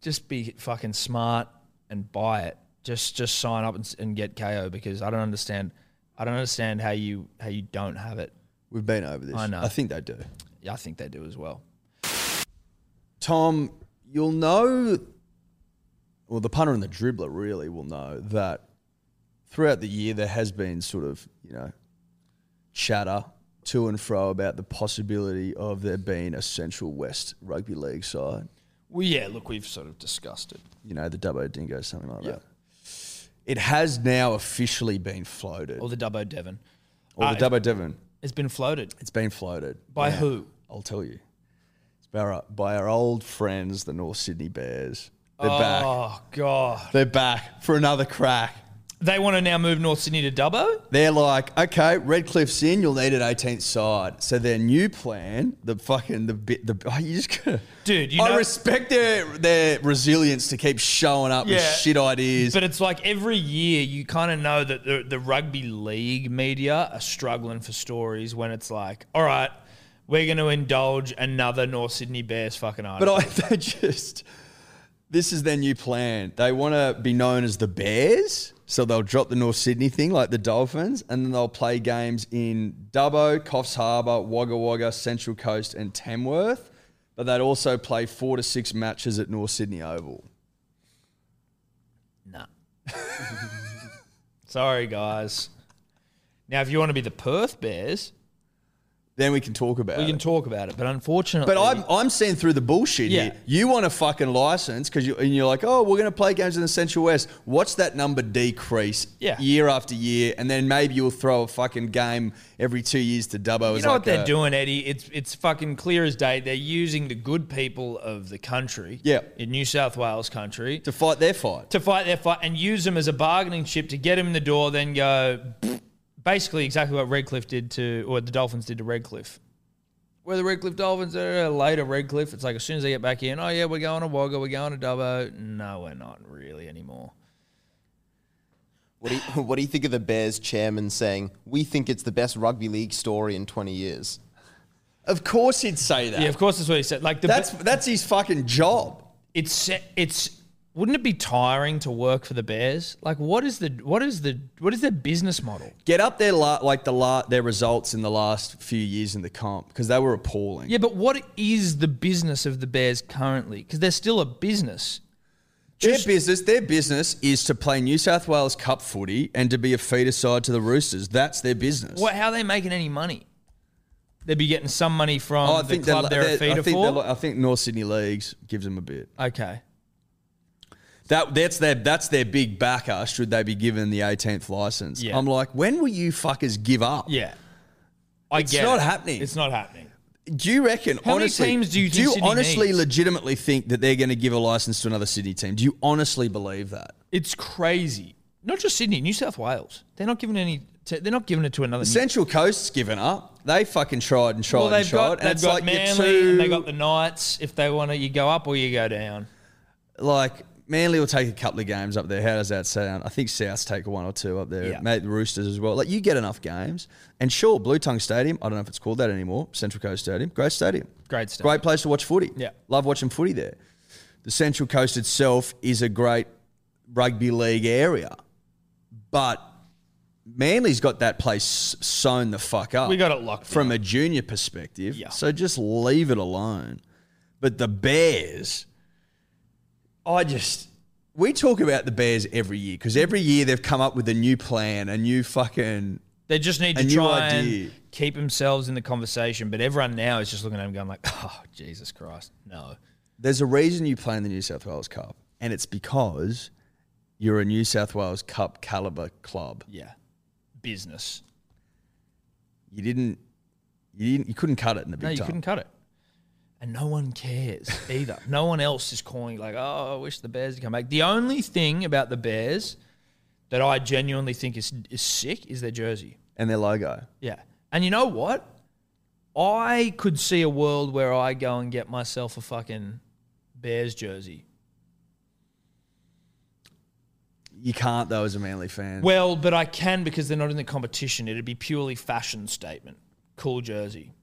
[SPEAKER 2] just be fucking smart and buy it. Just just sign up and, s- and get KO because I don't understand. I don't understand how you how you don't have it.
[SPEAKER 4] We've been over this.
[SPEAKER 2] I know.
[SPEAKER 4] I think they do.
[SPEAKER 2] Yeah, I think they do as well.
[SPEAKER 4] Tom, you'll know, well, the punter and the dribbler really will know that throughout the year there has been sort of, you know, chatter to and fro about the possibility of there being a Central West Rugby League side,
[SPEAKER 2] Well, yeah. Look, we've sort of discussed it.
[SPEAKER 4] you know, the Dubbo Dingo, something like that. It has now officially been floated,
[SPEAKER 2] Or
[SPEAKER 4] or
[SPEAKER 2] the Dubbo Devon.
[SPEAKER 4] the
[SPEAKER 2] Uh,
[SPEAKER 4] Dubbo Devon.
[SPEAKER 2] It's been floated
[SPEAKER 4] It's been floated.
[SPEAKER 2] by
[SPEAKER 4] Yeah.
[SPEAKER 2] who?
[SPEAKER 4] I'll tell you. It's by our, by our old friends, the North Sydney Bears. They're back.
[SPEAKER 2] Oh god.
[SPEAKER 4] They're back for another crack.
[SPEAKER 2] They want to now move North Sydney to Dubbo.
[SPEAKER 4] They're like, okay, Redcliffe's in. You'll need an 18th side. So their new plan, the fucking the bit, the oh, you just gotta,
[SPEAKER 2] Dude, you
[SPEAKER 4] I
[SPEAKER 2] know-
[SPEAKER 4] respect their their resilience to keep showing up with
[SPEAKER 2] Yeah.
[SPEAKER 4] shit ideas.
[SPEAKER 2] But it's like every year you kind of know that the, the rugby league media are struggling for stories when it's like, all right, we're going to indulge another North Sydney Bears fucking
[SPEAKER 4] But
[SPEAKER 2] article.
[SPEAKER 4] I, they just, this is their new plan. They want to be known as the Bears. So they'll drop the North Sydney thing like the Dolphins, and then they'll play games in Dubbo, Coffs Harbour, Wagga Wagga, Central Coast, and Tamworth. But they'd also play four to six matches at North Sydney Oval.
[SPEAKER 2] nah. Sorry, guys. Now, if you want to be the Perth Bears,
[SPEAKER 4] Then we can talk about
[SPEAKER 2] we can
[SPEAKER 4] it.
[SPEAKER 2] talk about it. But unfortunately,
[SPEAKER 4] But I'm, I'm seeing through the bullshit
[SPEAKER 2] Oh, Yeah.
[SPEAKER 4] here. You want a fucking license because you, and you're like, oh, we're going to play games in the Central West. Watch that number decrease
[SPEAKER 2] Yeah.
[SPEAKER 4] year after year, and then maybe you'll throw a fucking game every two years to Dubbo.
[SPEAKER 2] You
[SPEAKER 4] as
[SPEAKER 2] know
[SPEAKER 4] like
[SPEAKER 2] what they're
[SPEAKER 4] a-
[SPEAKER 2] doing, Eddie? It's it's fucking clear as day. They're using the good people of the country,
[SPEAKER 4] Yeah.
[SPEAKER 2] in New South Wales country,
[SPEAKER 4] To fight their fight.
[SPEAKER 2] to fight their fight and use them as a bargaining chip to get him in the door, then go basically exactly what Redcliffe did to, or the Dolphins did to Redcliffe. Where the Redcliffe Dolphins are uh, later, Redcliffe, it's like as soon as they get back in, oh yeah, we're going to Wagga, we're going to Dubbo. No, we're not really anymore.
[SPEAKER 5] What do, you, what do you think of the Bears chairman saying, we think it's the best rugby league story in 20 years?
[SPEAKER 4] Of course he'd say that.
[SPEAKER 2] Yeah, of course that's what he said. Like the
[SPEAKER 4] That's, that's his fucking job.
[SPEAKER 2] it's it's wouldn't it be tiring to work for the Bears? Like what is the what is the what is their business model?
[SPEAKER 4] Get up their la- like the la- their results in the last few years in the comp because they were appalling.
[SPEAKER 2] Yeah, but what is the business of the Bears currently? Because they're still a business.
[SPEAKER 4] Their business, their business is to play New South Wales Cup footy and to be a feeder side to the Roosters. That's their business.
[SPEAKER 2] What? How are they making any money? They'd be getting some money from
[SPEAKER 4] Oh, I
[SPEAKER 2] the
[SPEAKER 4] think
[SPEAKER 2] club they're,
[SPEAKER 4] they're-
[SPEAKER 2] a feeder
[SPEAKER 4] I think
[SPEAKER 2] for.
[SPEAKER 4] they're like- I think North Sydney Leagues gives them a bit.
[SPEAKER 2] okay.
[SPEAKER 4] That that's their that's their big backer. Should they be given the 18th license?
[SPEAKER 2] Yeah.
[SPEAKER 4] I'm like, when will you fuckers give up?
[SPEAKER 2] Yeah. I
[SPEAKER 4] It's
[SPEAKER 2] get
[SPEAKER 4] not
[SPEAKER 2] it.
[SPEAKER 4] happening.
[SPEAKER 2] It's not happening.
[SPEAKER 4] Do you reckon?
[SPEAKER 2] many
[SPEAKER 4] honestly,
[SPEAKER 2] teams do you think Sydney
[SPEAKER 4] honestly
[SPEAKER 2] needs?
[SPEAKER 4] legitimately think that they're going to give a license to another Sydney team? Do you honestly believe that?
[SPEAKER 2] It's crazy. Not just Sydney, New South Wales. They're not giving any. To, they're not giving it to another.
[SPEAKER 4] Central Coast's given up. They fucking tried and tried
[SPEAKER 2] well,
[SPEAKER 4] and
[SPEAKER 2] they've
[SPEAKER 4] tried.
[SPEAKER 2] got
[SPEAKER 4] and
[SPEAKER 2] they've
[SPEAKER 4] it's
[SPEAKER 2] got
[SPEAKER 4] like you're
[SPEAKER 2] Manly and they
[SPEAKER 4] too-
[SPEAKER 2] got the Knights. If they want to, you go up or you go down.
[SPEAKER 4] like Manly will take a couple of games up there. How does that sound? I think Souths take one or two up there.
[SPEAKER 2] Yeah.
[SPEAKER 4] Maybe the Roosters as well. Like you get enough games. And sure, Blue Tongue Stadium. I don't know if it's called that anymore. Central Coast Stadium. Great stadium.
[SPEAKER 2] Great stadium.
[SPEAKER 4] Great place to watch footy.
[SPEAKER 2] Yeah.
[SPEAKER 4] Love watching footy there. The Central Coast itself is a great rugby league area, but Manly's got that place sewn the fuck up.
[SPEAKER 2] We got it locked
[SPEAKER 4] from
[SPEAKER 2] down.
[SPEAKER 4] a junior perspective.
[SPEAKER 2] Yeah.
[SPEAKER 4] So just leave it alone. But the Bears, I just we talk about the Bears every year because every year they've come up with a new plan, a new fucking
[SPEAKER 2] They just need
[SPEAKER 4] A
[SPEAKER 2] to
[SPEAKER 4] new
[SPEAKER 2] try
[SPEAKER 4] idea.
[SPEAKER 2] and keep themselves in the conversation, but everyone now is just looking at them going like, "Oh, Jesus Christ, no."
[SPEAKER 4] there's a reason you play in the New South Wales Cup, and it's because you're a New South Wales Cup caliber club.
[SPEAKER 2] Yeah. Business.
[SPEAKER 4] You didn't, you didn't, you couldn't cut it in the big
[SPEAKER 2] no, you
[SPEAKER 4] time.
[SPEAKER 2] couldn't cut it. And no one cares either. no one else is calling like, "Oh, I wish the Bears would come back." The only thing about the Bears that I genuinely think is is sick is their jersey.
[SPEAKER 4] and their logo.
[SPEAKER 2] Yeah. And you know what? I could see a world where I go and get myself a fucking Bears jersey.
[SPEAKER 4] You can't though as a Manly fan.
[SPEAKER 2] Well, but I can because they're not in the competition. It'd be purely fashion statement. Cool jersey.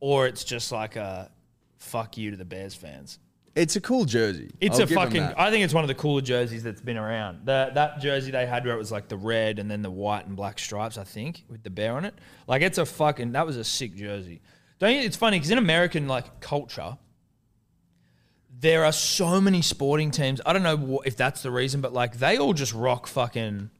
[SPEAKER 2] Or it's just like a fuck you to the Bears fans.
[SPEAKER 4] it's a cool jersey.
[SPEAKER 2] It's
[SPEAKER 4] I'll
[SPEAKER 2] a
[SPEAKER 4] give 'em
[SPEAKER 2] fucking.
[SPEAKER 4] that.
[SPEAKER 2] I think it's one of the cooler jerseys that's been around. The, that jersey they had where it was like the red and then the white and black stripes, I think, with the bear on it. Like it's a fucking. That was a sick jersey. Don't you? It's funny because in American like culture, there are so many sporting teams. I don't know wha- if that's the reason, but like they all just rock fucking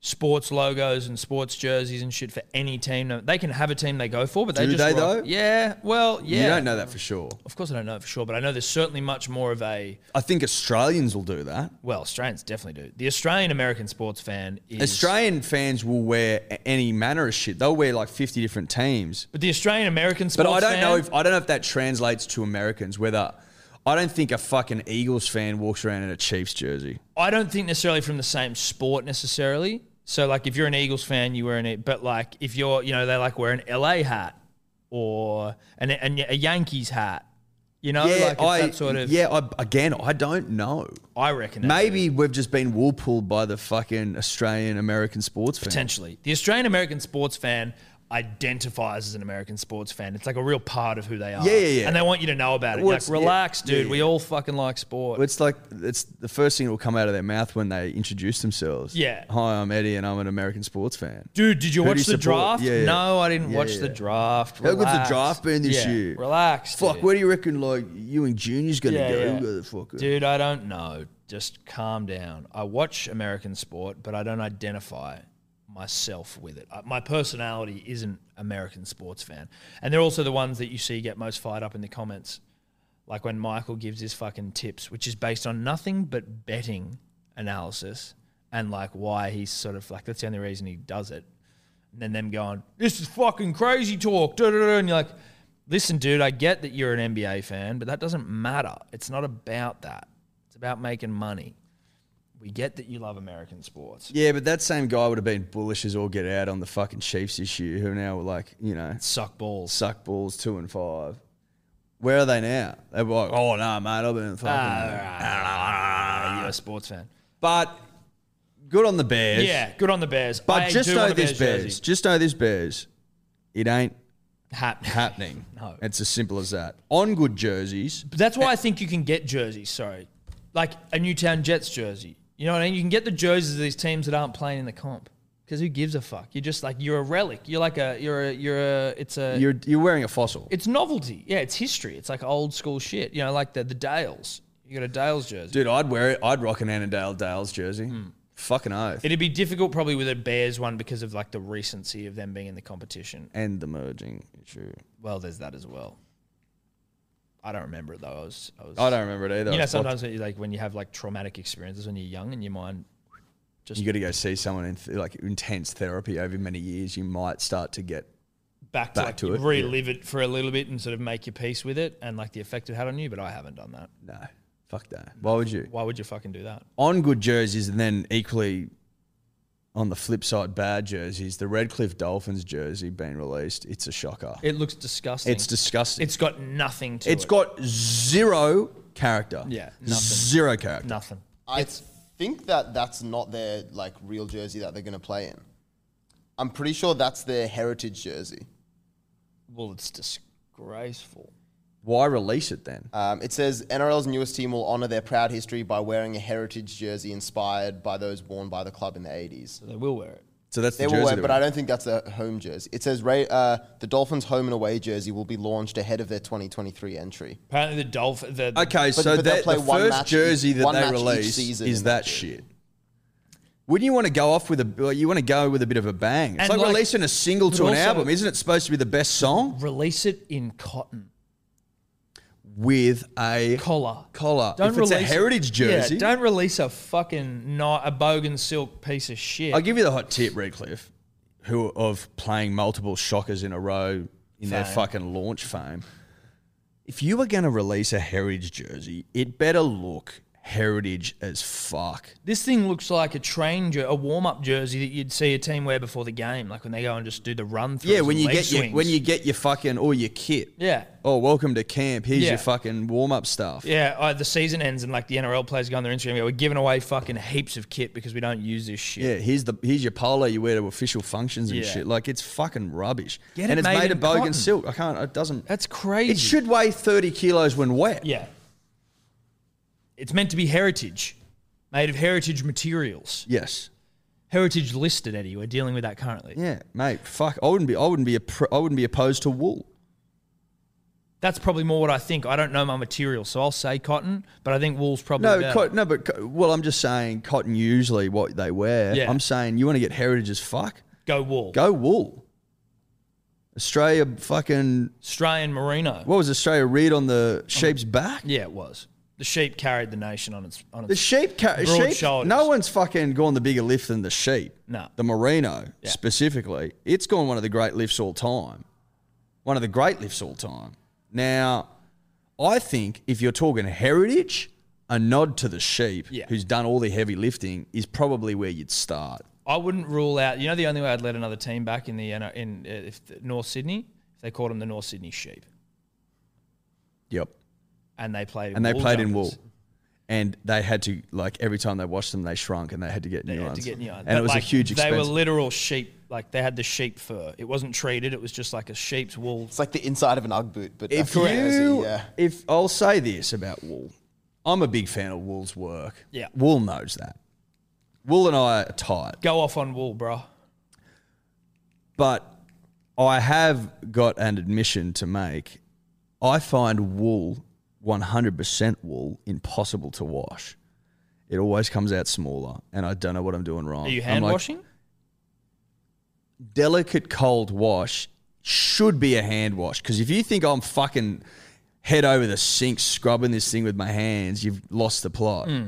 [SPEAKER 2] sports logos and sports jerseys and shit for any team. They can have a team they go for, but they
[SPEAKER 4] Do
[SPEAKER 2] just
[SPEAKER 4] they,
[SPEAKER 2] rock-
[SPEAKER 4] though?
[SPEAKER 2] Yeah. Well, yeah.
[SPEAKER 4] You don't know that for sure.
[SPEAKER 2] Of course, I don't know for sure, but I know there's certainly much more of a
[SPEAKER 4] I think Australians will do that.
[SPEAKER 2] well, Australians definitely do. The Australian American sports fan is
[SPEAKER 4] Australian fans will wear a- any manner of shit. They'll wear like fifty different teams.
[SPEAKER 2] but the Australian American
[SPEAKER 4] But
[SPEAKER 2] sports.
[SPEAKER 4] I don't
[SPEAKER 2] fan-
[SPEAKER 4] know if I don't know if that translates to Americans. Whether I don't think a fucking Eagles fan walks around in a Chiefs jersey.
[SPEAKER 2] I don't think necessarily from the same sport necessarily. So like, if you're an Eagles fan, you wear an. E- But like, if you're, you know, they like wear an LA hat or an, an a Yankees hat. You know, like it's
[SPEAKER 4] I
[SPEAKER 2] that sort of.
[SPEAKER 4] yeah. I, again, I don't know.
[SPEAKER 2] I reckon that's
[SPEAKER 4] Maybe we've just been wool pulled by the fucking Australian American sports fan.
[SPEAKER 2] potentially the Australian American sports fan identifies as an American sports fan. It's like a real part of who they are.
[SPEAKER 4] Yeah, yeah, yeah.
[SPEAKER 2] And they want you to know about it.
[SPEAKER 4] Well,
[SPEAKER 2] You're
[SPEAKER 4] it's-
[SPEAKER 2] like,
[SPEAKER 4] yeah,
[SPEAKER 2] relax,
[SPEAKER 4] yeah,
[SPEAKER 2] dude.
[SPEAKER 4] yeah.
[SPEAKER 2] We all fucking like sport.
[SPEAKER 4] Well, It's like it's the first thing that will come out of their mouth when they introduce themselves.
[SPEAKER 2] Yeah.
[SPEAKER 4] Hi, I'm Eddie, and I'm an American sports fan.
[SPEAKER 2] Dude, did you
[SPEAKER 4] Who do
[SPEAKER 2] watch
[SPEAKER 4] you
[SPEAKER 2] the
[SPEAKER 4] support?
[SPEAKER 2] draft?
[SPEAKER 4] Yeah, yeah.
[SPEAKER 2] No, I didn't
[SPEAKER 4] Yeah,
[SPEAKER 2] watch
[SPEAKER 4] yeah.
[SPEAKER 2] the draft.
[SPEAKER 4] How good's the
[SPEAKER 2] Relax.
[SPEAKER 4] draft been this
[SPEAKER 2] Yeah,
[SPEAKER 4] year?
[SPEAKER 2] Relax.
[SPEAKER 4] Fuck,
[SPEAKER 2] dude.
[SPEAKER 4] where do you reckon like Ewing Junior's gonna
[SPEAKER 2] Yeah,
[SPEAKER 4] go?
[SPEAKER 2] yeah.
[SPEAKER 4] motherfucker?
[SPEAKER 2] Dude, I don't know. Just calm down. I watch American sport, but I don't identify myself with it. I- My personality isn't American sports fan. And they're also the ones that you see get most fired up in the comments. Like when Michael gives his fucking tips, which is based on nothing but betting analysis and like why he's sort of like, that's the only reason he does it. And then them going, this is fucking crazy talk. da, da, da," And you're like, listen, dude, I get that you're an NBA fan, but that doesn't matter. It's not about that. It's about making money. We get that you love American sports.
[SPEAKER 4] Yeah, but that same guy would have been bullish as all get out on the fucking Chiefs issue, who now were like, you know,
[SPEAKER 2] Suck balls.
[SPEAKER 4] suck balls two and five. Where are they now? They were like, oh no, mate, I've been fucking.
[SPEAKER 2] Ah, you're a sports fan.
[SPEAKER 4] But good on the Bears.
[SPEAKER 2] Yeah, good on the Bears.
[SPEAKER 4] But
[SPEAKER 2] I
[SPEAKER 4] just
[SPEAKER 2] do
[SPEAKER 4] know
[SPEAKER 2] want a
[SPEAKER 4] this, Bears.
[SPEAKER 2] jersey.
[SPEAKER 4] Just know this, Bears. It ain't
[SPEAKER 2] Hap-
[SPEAKER 4] happening.
[SPEAKER 2] No.
[SPEAKER 4] It's as simple as that. On good jerseys,
[SPEAKER 2] But that's why I think you can get jerseys, sorry. Like a Newtown Jets jersey. You know what I mean? You can get the jerseys of these teams that aren't playing in the comp. Because who gives a fuck? You're just like you're a relic. You're like a you're a you're a it's a
[SPEAKER 4] you're, you're wearing a fossil.
[SPEAKER 2] it's novelty. Yeah, it's history. It's like old school shit. You know, like the the Dales. You got a Dales jersey.
[SPEAKER 4] Dude, I'd wear it. I'd rock an Annandale Dales jersey.
[SPEAKER 2] Hmm.
[SPEAKER 4] Fucking oath.
[SPEAKER 2] It'd be difficult probably with a Bears one because of like the recency of them being in the competition.
[SPEAKER 4] and the merging issue.
[SPEAKER 2] Well, there's that as well. I don't remember it though. I was I was
[SPEAKER 4] I don't remember it either.
[SPEAKER 2] You know,
[SPEAKER 4] It's like-
[SPEAKER 2] sometimes when you like when you have like traumatic experiences when you're young and your mind just
[SPEAKER 4] you got to go see someone in th- like intense therapy over many years. You might start to get.
[SPEAKER 2] back to,
[SPEAKER 4] Back
[SPEAKER 2] like,
[SPEAKER 4] to it,
[SPEAKER 2] relive it for a little bit and sort of make your peace with it and like the effect it had on you. But I haven't done that.
[SPEAKER 4] No, fuck that. Why would you?
[SPEAKER 2] Why would you fucking do that?
[SPEAKER 4] On good jerseys, and then equally on the flip side, bad jerseys. The Redcliffe Dolphins jersey being released. It's a shocker.
[SPEAKER 2] It looks disgusting.
[SPEAKER 4] It's disgusting.
[SPEAKER 2] it's got nothing to
[SPEAKER 4] it's
[SPEAKER 2] it.
[SPEAKER 4] got zero character.
[SPEAKER 2] Yeah, nothing.
[SPEAKER 4] Zero character.
[SPEAKER 2] nothing.
[SPEAKER 5] I think that that's not their like real jersey that they're going to play in. I'm pretty sure that's their heritage jersey.
[SPEAKER 2] Well, it's disgraceful.
[SPEAKER 4] Why release it then?
[SPEAKER 5] Um, it says NRL's newest team will honour their proud history by wearing a heritage jersey inspired by those worn by the club in the 80s.
[SPEAKER 2] They will wear it.
[SPEAKER 4] So that's
[SPEAKER 5] They
[SPEAKER 4] the
[SPEAKER 5] will
[SPEAKER 4] jersey.
[SPEAKER 5] wear,
[SPEAKER 4] that
[SPEAKER 5] but
[SPEAKER 4] we-
[SPEAKER 5] I don't think that's a home jersey. It says Ray, uh, the Dolphins' home and away jersey will be launched ahead of their 2023 entry.
[SPEAKER 2] Apparently the Dolphin. The,
[SPEAKER 4] Okay, so
[SPEAKER 5] but they'll
[SPEAKER 4] that,
[SPEAKER 5] play
[SPEAKER 4] the
[SPEAKER 5] one
[SPEAKER 4] first
[SPEAKER 5] match each-
[SPEAKER 4] jersey that
[SPEAKER 5] one
[SPEAKER 4] they
[SPEAKER 5] match each
[SPEAKER 4] release
[SPEAKER 5] season
[SPEAKER 4] is
[SPEAKER 5] in
[SPEAKER 4] that
[SPEAKER 5] that
[SPEAKER 4] shit. Wouldn't you want to go off with a? well, You want to go with a bit of a bang. It's
[SPEAKER 2] And
[SPEAKER 4] like,
[SPEAKER 2] like-
[SPEAKER 4] releasing a single
[SPEAKER 2] but
[SPEAKER 4] to an
[SPEAKER 2] also-
[SPEAKER 4] album. Isn't it supposed to be the best song
[SPEAKER 2] Release it in cotton
[SPEAKER 4] with a
[SPEAKER 2] collar.
[SPEAKER 4] collar? if it's a
[SPEAKER 2] release-
[SPEAKER 4] heritage jersey,
[SPEAKER 2] Yeah, don't release a fucking not a bogan silk piece of shit.
[SPEAKER 4] I'll give you the hot tip, Redcliffe, who of playing multiple shockers in a row in their
[SPEAKER 2] Fame.
[SPEAKER 4] fucking launch fame. If you were going to release a heritage jersey, it better look heritage as fuck.
[SPEAKER 2] this thing looks like a train, jer- a warm-up jersey that you'd see a team wear before the game, like when they go and just do the run through.
[SPEAKER 4] Yeah, when you get your, when you get your fucking or your kit.
[SPEAKER 2] yeah.
[SPEAKER 4] Oh, welcome to camp. Here's
[SPEAKER 2] Yeah.
[SPEAKER 4] your fucking warm up stuff.
[SPEAKER 2] Yeah, uh, the season ends and like the NRL players go on their Instagram. and go, We're giving away fucking heaps of kit because we don't use this shit.
[SPEAKER 4] Yeah, here's the here's your polo you wear to official functions and
[SPEAKER 2] Yeah.
[SPEAKER 4] shit. Like it's fucking rubbish.
[SPEAKER 2] Get
[SPEAKER 4] and
[SPEAKER 2] it
[SPEAKER 4] it's
[SPEAKER 2] made
[SPEAKER 4] made,
[SPEAKER 2] in
[SPEAKER 4] of bogan
[SPEAKER 2] cotton.
[SPEAKER 4] silk. I can't. It doesn't.
[SPEAKER 2] That's crazy.
[SPEAKER 4] It should weigh thirty kilos when wet.
[SPEAKER 2] Yeah. It's meant to be heritage, made of heritage materials,
[SPEAKER 4] Yes.
[SPEAKER 2] heritage listed. Eddie, we're dealing with that currently.
[SPEAKER 4] Yeah, mate. Fuck. I wouldn't be. I wouldn't be. appro- I wouldn't be opposed to wool.
[SPEAKER 2] That's probably more what I think. I don't know my material, so I'll say cotton, but I think wool's probably
[SPEAKER 4] No,
[SPEAKER 2] better.
[SPEAKER 4] co- no, but co- well, I'm just saying cotton usually what they wear.
[SPEAKER 2] Yeah.
[SPEAKER 4] I'm saying you want to get heritage as fuck.
[SPEAKER 2] Go wool.
[SPEAKER 4] Go wool. Australia fucking
[SPEAKER 2] Australian merino.
[SPEAKER 4] what was Australia read on the sheep's back?
[SPEAKER 2] Yeah, it was. The sheep carried the nation on its on its.
[SPEAKER 4] The sheep, ca-
[SPEAKER 2] Broad
[SPEAKER 4] sheep
[SPEAKER 2] shoulders.
[SPEAKER 4] no one's fucking gone the bigger lift than the sheep.
[SPEAKER 2] No.
[SPEAKER 4] The merino
[SPEAKER 2] Yeah.
[SPEAKER 4] specifically. It's gone one of the great lifts all time. One of the great lifts all time. Now, I think if you're talking heritage, a nod to the sheep,
[SPEAKER 2] Yeah.
[SPEAKER 4] who's done all the heavy lifting, is probably where you'd start.
[SPEAKER 2] I wouldn't rule out. You know, the only way I'd let another team back in the N- in uh, if the, North Sydney, if they called them the North Sydney Sheep,
[SPEAKER 4] Yep.
[SPEAKER 2] and they played in
[SPEAKER 4] And they
[SPEAKER 2] wool
[SPEAKER 4] played in
[SPEAKER 2] jumpers.
[SPEAKER 4] wool. And they had to, like, every time they washed them, they shrunk and they had to get
[SPEAKER 2] They
[SPEAKER 4] new
[SPEAKER 2] had
[SPEAKER 4] ones.
[SPEAKER 2] to get new ones.
[SPEAKER 4] And
[SPEAKER 2] But,
[SPEAKER 4] it was
[SPEAKER 2] like,
[SPEAKER 4] a huge expense.
[SPEAKER 2] They were literal sheep. Like they had the sheep fur. It wasn't treated. It was just like a sheep's wool.
[SPEAKER 5] It's like the inside of an Ugg boot, but
[SPEAKER 4] if
[SPEAKER 5] a jersey,
[SPEAKER 4] you,
[SPEAKER 5] yeah.
[SPEAKER 4] if I'll say this about Wool, I'm a big fan of Wool's work.
[SPEAKER 2] Yeah.
[SPEAKER 4] Wool knows that. Wool and I are tight,
[SPEAKER 2] Go off on wool, bro.
[SPEAKER 4] but I have got an admission to make. I find Wool, 100% Wool, impossible to wash. It always comes out smaller, and I don't know what I'm doing wrong.
[SPEAKER 2] Are you
[SPEAKER 4] Oh, I'm
[SPEAKER 2] hand
[SPEAKER 4] like,
[SPEAKER 2] washing?
[SPEAKER 4] delicate cold wash should be a hand wash because if you think I'm fucking head over the sink scrubbing this thing with my hands, you've lost the plot.
[SPEAKER 2] Hmm.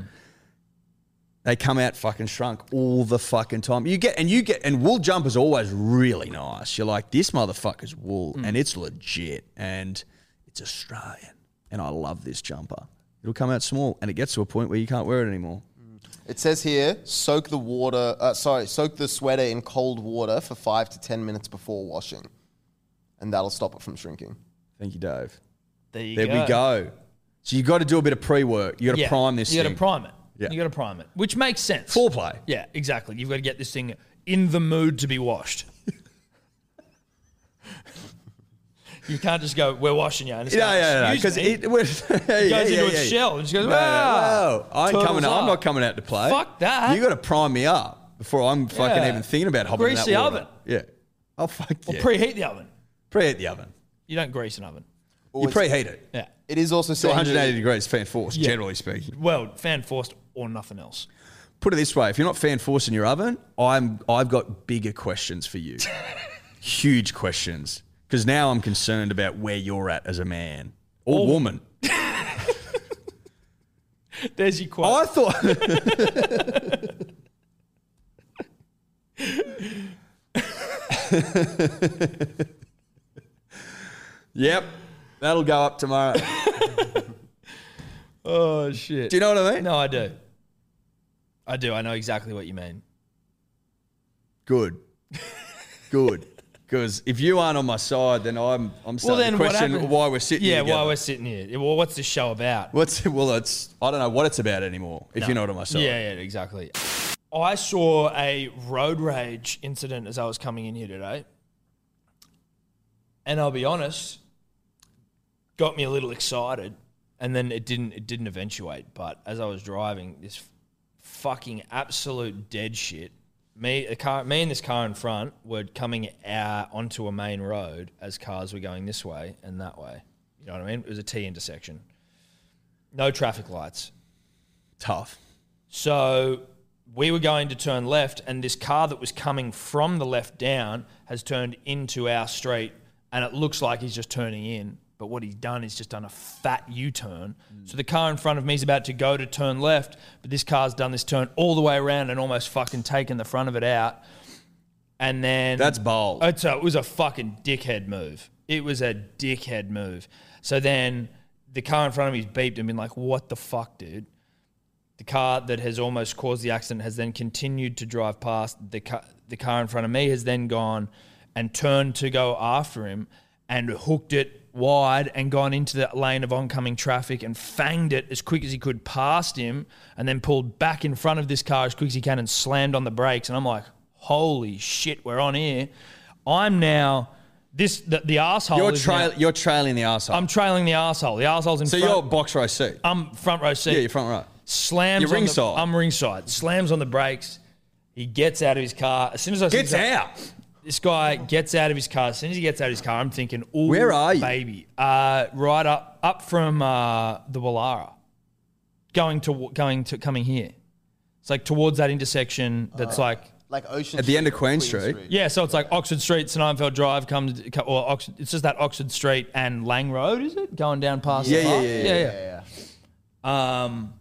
[SPEAKER 4] They come out fucking shrunk all the fucking time. You get and you get and wool jumpers always really nice. You're like this motherfucker's wool
[SPEAKER 2] Hmm.
[SPEAKER 4] and it's legit and it's Australian and I love this jumper. It'll come out small and it gets to a point where you can't wear it anymore.
[SPEAKER 5] It says here, soak the water. Uh, sorry, soak the sweater in cold water for five to ten minutes before washing, and that'll stop it from shrinking.
[SPEAKER 4] Thank you, Dave.
[SPEAKER 2] There you
[SPEAKER 4] There
[SPEAKER 2] go.
[SPEAKER 4] we go. So you got to do a bit of pre-work. You got to
[SPEAKER 2] Yeah.
[SPEAKER 4] prime this.
[SPEAKER 2] You got
[SPEAKER 4] thing.
[SPEAKER 2] to prime it.
[SPEAKER 4] Yeah.
[SPEAKER 2] You got to prime it, which makes sense.
[SPEAKER 4] foreplay.
[SPEAKER 2] Yeah, exactly. You've got to get this thing in the mood to be washed. you can't just go, we're washing you. And it's
[SPEAKER 4] No,
[SPEAKER 2] like,
[SPEAKER 4] yeah, no,
[SPEAKER 2] "Excuse
[SPEAKER 4] because
[SPEAKER 2] me."
[SPEAKER 4] it, goes
[SPEAKER 2] goes into its shell and just goes, "Wow,
[SPEAKER 4] I'm
[SPEAKER 2] turtles
[SPEAKER 4] coming. Out, I'm
[SPEAKER 2] up."
[SPEAKER 4] not coming out to play.
[SPEAKER 2] Fuck that.
[SPEAKER 4] You got to prime me up before I'm fucking
[SPEAKER 2] Yeah.
[SPEAKER 4] even thinking about hopping
[SPEAKER 2] Grease
[SPEAKER 4] in
[SPEAKER 2] the
[SPEAKER 4] that water.
[SPEAKER 2] oven.
[SPEAKER 4] Yeah, I'll fuck
[SPEAKER 2] Or
[SPEAKER 4] yeah.
[SPEAKER 2] preheat the oven.
[SPEAKER 4] preheat the oven.
[SPEAKER 2] You don't grease an oven.
[SPEAKER 4] You preheat it
[SPEAKER 2] Yeah.
[SPEAKER 5] It is also
[SPEAKER 4] to
[SPEAKER 5] saying
[SPEAKER 4] 180
[SPEAKER 5] here-
[SPEAKER 4] degrees fan force, generally speaking.
[SPEAKER 2] Well, fan forced or nothing else.
[SPEAKER 4] Put it this way: if you're not fan force in your oven, I'm I've got bigger questions for you, huge questions, because now I'm concerned about where you're at as a man or woman.
[SPEAKER 2] There's your quote.
[SPEAKER 4] Oh, I thought. yep, that'll go up tomorrow. Do
[SPEAKER 2] oh, shit.
[SPEAKER 4] you know what I mean?
[SPEAKER 2] no, I do. I do. I know exactly what you mean.
[SPEAKER 4] Good, good. Because if you aren't on my side, then I'm I'm starting
[SPEAKER 2] then
[SPEAKER 4] to
[SPEAKER 2] what
[SPEAKER 4] question
[SPEAKER 2] happened-
[SPEAKER 4] why we're sitting.
[SPEAKER 2] Yeah,
[SPEAKER 4] here
[SPEAKER 2] while
[SPEAKER 4] together.
[SPEAKER 2] we're sitting here. Well, what's this show about?
[SPEAKER 4] What's well, it's I don't know what it's about anymore. If you're not on my side,
[SPEAKER 2] Yeah, yeah, exactly. I saw a road rage incident as I was coming in here today. And I'll be honest, got me a little excited, and then it didn't it didn't eventuate. But as I was driving, this f- fucking absolute dead shit. Me a car, me and this car in front were coming out onto a main road as cars were going this way and that way. You know what I mean? It was a T intersection, no traffic lights.
[SPEAKER 4] Tough.
[SPEAKER 2] So we were going to turn left, and this car that was coming from the left down has turned into our street, and it looks like he's just turning in. But what he's done is just done a fat U turn. So the car in front of me is about to go to turn left, but this car's done this turn all the way around and almost fucking taken the front of it out. And then
[SPEAKER 4] That's bold.
[SPEAKER 2] It's a, it was a fucking dickhead move. It was a dickhead move. So then the car in front of me's beeped and been like, "What the fuck, dude?" The car that has almost caused the accident has then continued to drive past. The car, the car in front of me has then gone and turned to go after him and hooked it wide and gone into the lane of oncoming traffic and fanged it as quick as he could past him and then pulled back in front of this car as quick as he can and slammed on the brakes. And I'm like, holy shit, we're on here. I'm now. This the, the asshole.
[SPEAKER 4] You're,
[SPEAKER 2] is
[SPEAKER 4] trail,
[SPEAKER 2] now-
[SPEAKER 4] you're trailing the asshole.
[SPEAKER 2] I'm trailing the asshole. The asshole's in
[SPEAKER 4] so
[SPEAKER 2] front.
[SPEAKER 4] you're box row seat.
[SPEAKER 2] I'm front row seat
[SPEAKER 4] yeah, you're front row.
[SPEAKER 2] slams
[SPEAKER 4] You're
[SPEAKER 2] on
[SPEAKER 4] ringside.
[SPEAKER 2] The, I'm ringside. Slams on the brakes. He gets out of his car. As soon as I see
[SPEAKER 4] Gets
[SPEAKER 2] this-
[SPEAKER 4] out.
[SPEAKER 2] This guy gets out of his car. As soon as he gets out of his car, I'm thinking, "Ooh,
[SPEAKER 4] Where are you?
[SPEAKER 2] baby?" Uh, right up, up from uh, the Wallara, going to going to coming here. It's like towards that intersection.
[SPEAKER 4] Oh.
[SPEAKER 2] That's like
[SPEAKER 5] Like Ocean
[SPEAKER 4] At the end of
[SPEAKER 5] Street,
[SPEAKER 4] Queen Street.
[SPEAKER 2] yeah. So it's like Oxford Street, St Einfeld Drive comes, or Oxford, it's just that Oxford Street and Lang Road, is it? Going down past the
[SPEAKER 4] Yeah, yeah,
[SPEAKER 2] park?
[SPEAKER 4] yeah, yeah,
[SPEAKER 2] yeah, yeah. Um,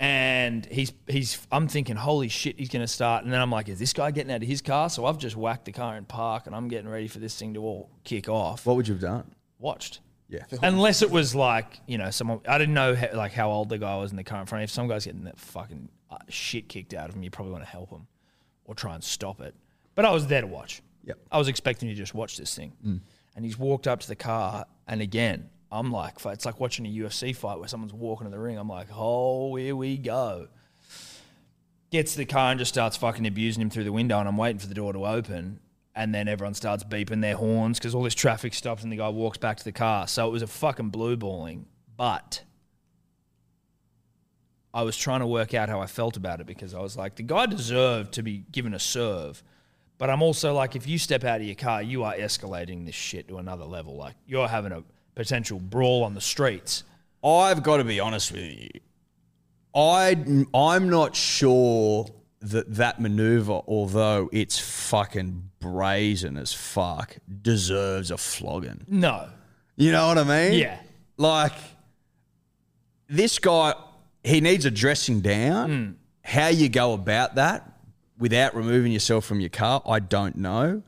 [SPEAKER 2] and he's he's. I'm thinking, holy shit, he's gonna start. And then I'm like, is this guy getting out of his car? So I've just whacked the car in park, and I'm getting ready for this thing to all kick off.
[SPEAKER 4] What would you have done?
[SPEAKER 2] Watched.
[SPEAKER 4] Yeah.
[SPEAKER 2] Unless it was like you know someone I didn't know how, like how old the guy was in the car in front. of him. If some guy's getting that fucking uh, shit kicked out of him, you probably want to help him or try and stop it. But I was there to watch.
[SPEAKER 4] Yep.
[SPEAKER 2] I was expecting to just watch this thing, and he's walked up to the car, and again I'm like, it's like watching a UFC fight where someone's walking to the ring. I'm like, oh, here we go gets to the car and just starts fucking abusing him through the window, and I'm waiting for the door to open. And then everyone starts beeping their horns because all this traffic stops, and the guy walks back to the car. So it was a fucking blue balling. But I was trying to work out how I felt about it because I was like, the guy deserved to be given a serve. But I'm also like, if you step out of your car, you are escalating this shit to another level. Like, you're having a potential brawl on the streets.
[SPEAKER 4] I've got to be honest with you. I I'm not sure that that maneuver, although it's fucking brazen as fuck, deserves a flogging.
[SPEAKER 2] No.
[SPEAKER 4] You know what I mean?
[SPEAKER 2] Yeah.
[SPEAKER 4] Like this guy, he needs a dressing down.
[SPEAKER 2] Hmm.
[SPEAKER 4] How you go about that without removing yourself from your car, I don't know.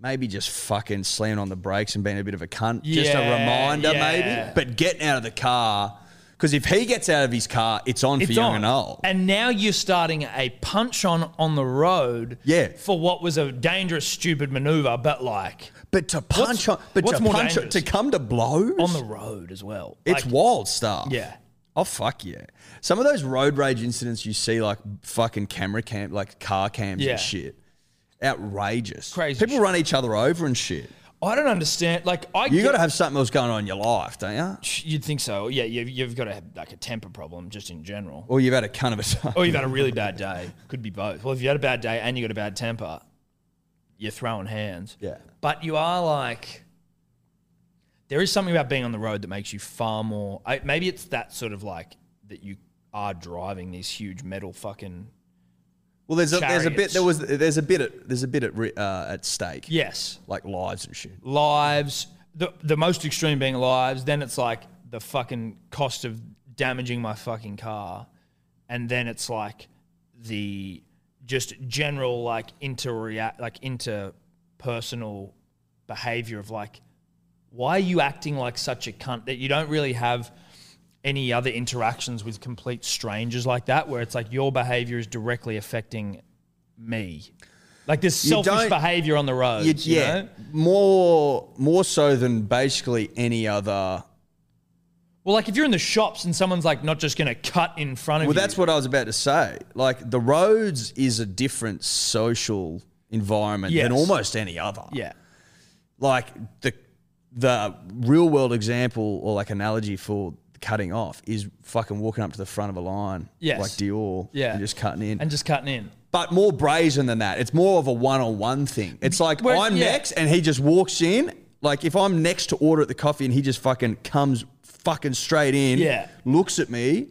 [SPEAKER 4] Maybe just fucking slamming on the brakes and being a bit of a cunt. just a
[SPEAKER 2] Yeah,
[SPEAKER 4] reminder,
[SPEAKER 2] yeah.
[SPEAKER 4] maybe. But getting out of the car, because if he gets out of his car, it's on for young and old.
[SPEAKER 2] And now you're starting a punch on on the road.
[SPEAKER 4] Yeah.
[SPEAKER 2] For what was a dangerous, stupid maneuver, but like
[SPEAKER 4] but to
[SPEAKER 2] What's-
[SPEAKER 4] punch on, but
[SPEAKER 2] what's
[SPEAKER 4] to
[SPEAKER 2] more
[SPEAKER 4] punch on,
[SPEAKER 2] dangerous?
[SPEAKER 4] to come to blows
[SPEAKER 2] on the road as well.
[SPEAKER 4] It's
[SPEAKER 2] Like,
[SPEAKER 4] wild stuff.
[SPEAKER 2] Yeah.
[SPEAKER 4] Oh fuck yeah! Some of those road rage incidents you see, like fucking camera cam, like car cams
[SPEAKER 2] Yeah.
[SPEAKER 4] and shit, outrageous.
[SPEAKER 2] Crazy
[SPEAKER 4] People
[SPEAKER 2] shit.
[SPEAKER 4] run each other over and shit.
[SPEAKER 2] I don't understand. Like I
[SPEAKER 4] You
[SPEAKER 2] get-
[SPEAKER 4] got to have something else going on in your life, don't you?
[SPEAKER 2] You'd think so. Yeah, you've, you've got to have like a temper problem just in general.
[SPEAKER 4] Or you've had a cunt of a time.
[SPEAKER 2] Or you've had Oh, a really bad day. Could be both. Well, if you had a bad day and you got a bad temper, you're throwing hands.
[SPEAKER 4] Yeah.
[SPEAKER 2] But you are like, there is something about being on the road that makes you far more. I, maybe it's that sort of like that you are driving these huge metal fucking.
[SPEAKER 4] Well, there's a, there's a bit.
[SPEAKER 2] Chariots.
[SPEAKER 4] There was there's a bit at there's a bit at ri- uh, at stake.
[SPEAKER 2] Yes.
[SPEAKER 4] like lives and shit.
[SPEAKER 2] lives, the, the most extreme being lives, then it's like the fucking cost of damaging my fucking car. And then it's like the just general like interreact like interpersonal behavior of like why are you acting like such a cunt that you don't really have any other interactions with complete strangers like that where it's like your behavior is directly affecting me like this
[SPEAKER 4] You
[SPEAKER 2] selfish
[SPEAKER 4] don't-
[SPEAKER 2] behavior on the road
[SPEAKER 4] You'd-
[SPEAKER 2] you
[SPEAKER 4] yeah,
[SPEAKER 2] know?
[SPEAKER 4] more more so than basically any other.
[SPEAKER 2] Well, like if you're in the shops and someone's like not just going to cut in front of
[SPEAKER 4] Well,
[SPEAKER 2] you.
[SPEAKER 4] that's what I was about to say. Like the roads is a different social environment
[SPEAKER 2] Yes.
[SPEAKER 4] than almost any other.
[SPEAKER 2] Yeah.
[SPEAKER 4] Like the the real world example or like analogy for cutting off is fucking walking up to the front of a line,
[SPEAKER 2] Yes.
[SPEAKER 4] like Dior,
[SPEAKER 2] Yeah.
[SPEAKER 4] and just cutting in.
[SPEAKER 2] and just cutting in.
[SPEAKER 4] but more brazen than that. It's more of a one on one thing. It's like
[SPEAKER 2] Whereas-
[SPEAKER 4] I'm
[SPEAKER 2] yeah.
[SPEAKER 4] next and he just walks in. Like if I'm next to order at the coffee and he just fucking comes fucking straight in,
[SPEAKER 2] Yeah.
[SPEAKER 4] looks at me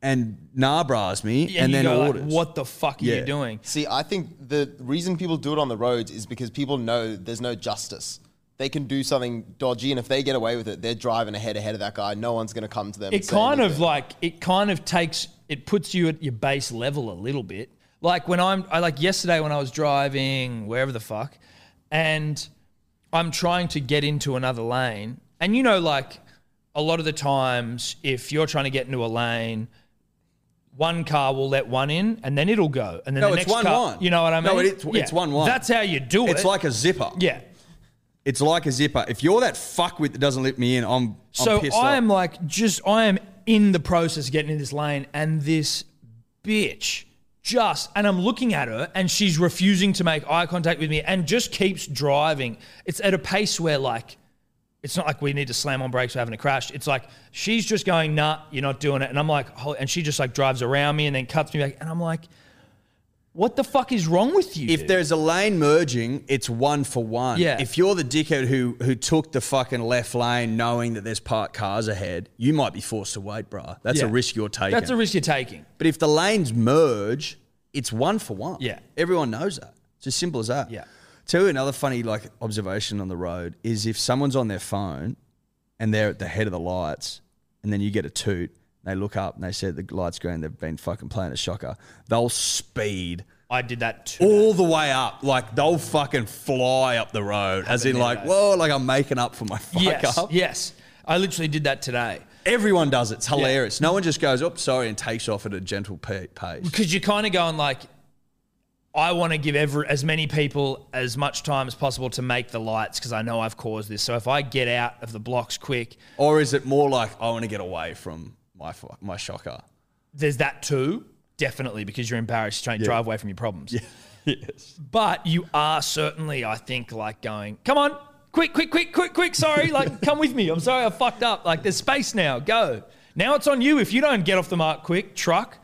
[SPEAKER 4] and nabras me
[SPEAKER 2] And,
[SPEAKER 4] and,
[SPEAKER 2] you
[SPEAKER 4] then
[SPEAKER 2] go
[SPEAKER 4] orders.
[SPEAKER 2] Like, what the fuck are
[SPEAKER 4] Yeah.
[SPEAKER 2] you doing?
[SPEAKER 5] See, I think the reason people do it on the roads is because people know there's no justice. They can do something dodgy, and if they get away with it, they're driving ahead ahead of that guy. No one's going to come to them. and
[SPEAKER 2] It
[SPEAKER 5] say
[SPEAKER 2] kind of
[SPEAKER 5] anything.
[SPEAKER 2] like it kind of takes it puts you at your base level a little bit. Like when I'm I like yesterday when I was driving wherever the fuck, and I'm trying to get into another lane, and you know like a lot of the times if you're trying to get into a lane. One car will let one in, and then it'll go, and then
[SPEAKER 4] No,
[SPEAKER 2] the
[SPEAKER 4] it's
[SPEAKER 2] next
[SPEAKER 4] one
[SPEAKER 2] car.
[SPEAKER 4] one.
[SPEAKER 2] You know what I mean?
[SPEAKER 4] No, it's- it's one one.
[SPEAKER 2] That's how you do it.
[SPEAKER 4] It's like a zipper.
[SPEAKER 2] yeah.
[SPEAKER 4] It's like a zipper. If you're that fuckwit that doesn't let me in, I'm I'm
[SPEAKER 2] So
[SPEAKER 4] pissed
[SPEAKER 2] I am
[SPEAKER 4] off.
[SPEAKER 2] like just I am in the process of getting in this lane and this bitch just and I'm looking at her and she's refusing to make eye contact with me and just keeps driving. It's at a pace where like it's not like we need to slam on brakes, we're having a crash. It's like she's just going, nah, you're not doing it. And I'm like, "Hol-" and she just like drives around me and then cuts me back. And I'm like, what the fuck is wrong with you?
[SPEAKER 4] If
[SPEAKER 2] dude?
[SPEAKER 4] there's a lane merging, it's one for one.
[SPEAKER 2] Yeah.
[SPEAKER 4] If you're the dickhead who who took the fucking left lane knowing that there's parked cars ahead, you might be forced to wait, bruh. That's a
[SPEAKER 2] Yeah.
[SPEAKER 4] risk you're taking.
[SPEAKER 2] that's a risk you're taking.
[SPEAKER 4] But if the lanes merge, it's one for one.
[SPEAKER 2] Yeah.
[SPEAKER 4] Everyone knows that. It's as simple as that.
[SPEAKER 2] Yeah.
[SPEAKER 4] Tell you another funny like observation on the road is if someone's on their phone and they're at the head of the lights and then you get a toot, they look up and they said the lights green, they've been fucking playing a shocker, they'll speed
[SPEAKER 2] I did that too.
[SPEAKER 4] all the way up. Like they'll fucking fly up the road. As in
[SPEAKER 2] Happened
[SPEAKER 4] like,
[SPEAKER 2] today.
[SPEAKER 4] whoa, like I'm making up for my fuck
[SPEAKER 2] yes,
[SPEAKER 4] up.
[SPEAKER 2] yes. I literally did that today.
[SPEAKER 4] Everyone does it. It's hilarious. No one just goes, oh, sorry, and takes off at a gentle pa- pace.
[SPEAKER 2] because you're kind of going like, I want to give every, as many people as much time as possible to make the lights because I know I've caused this. So if I get out of the blocks quick,
[SPEAKER 4] Or is it more like I want to get away from my fu- my shocker?
[SPEAKER 2] there's that too, definitely because you're embarrassed trying to drive away from your problems. But you are certainly, I think, like going, come on, quick, quick, quick, quick, quick. Sorry, like come with me. I'm sorry, I fucked up. Like there's space now. Go. Now it's on you if you don't get off the mark quick, truck.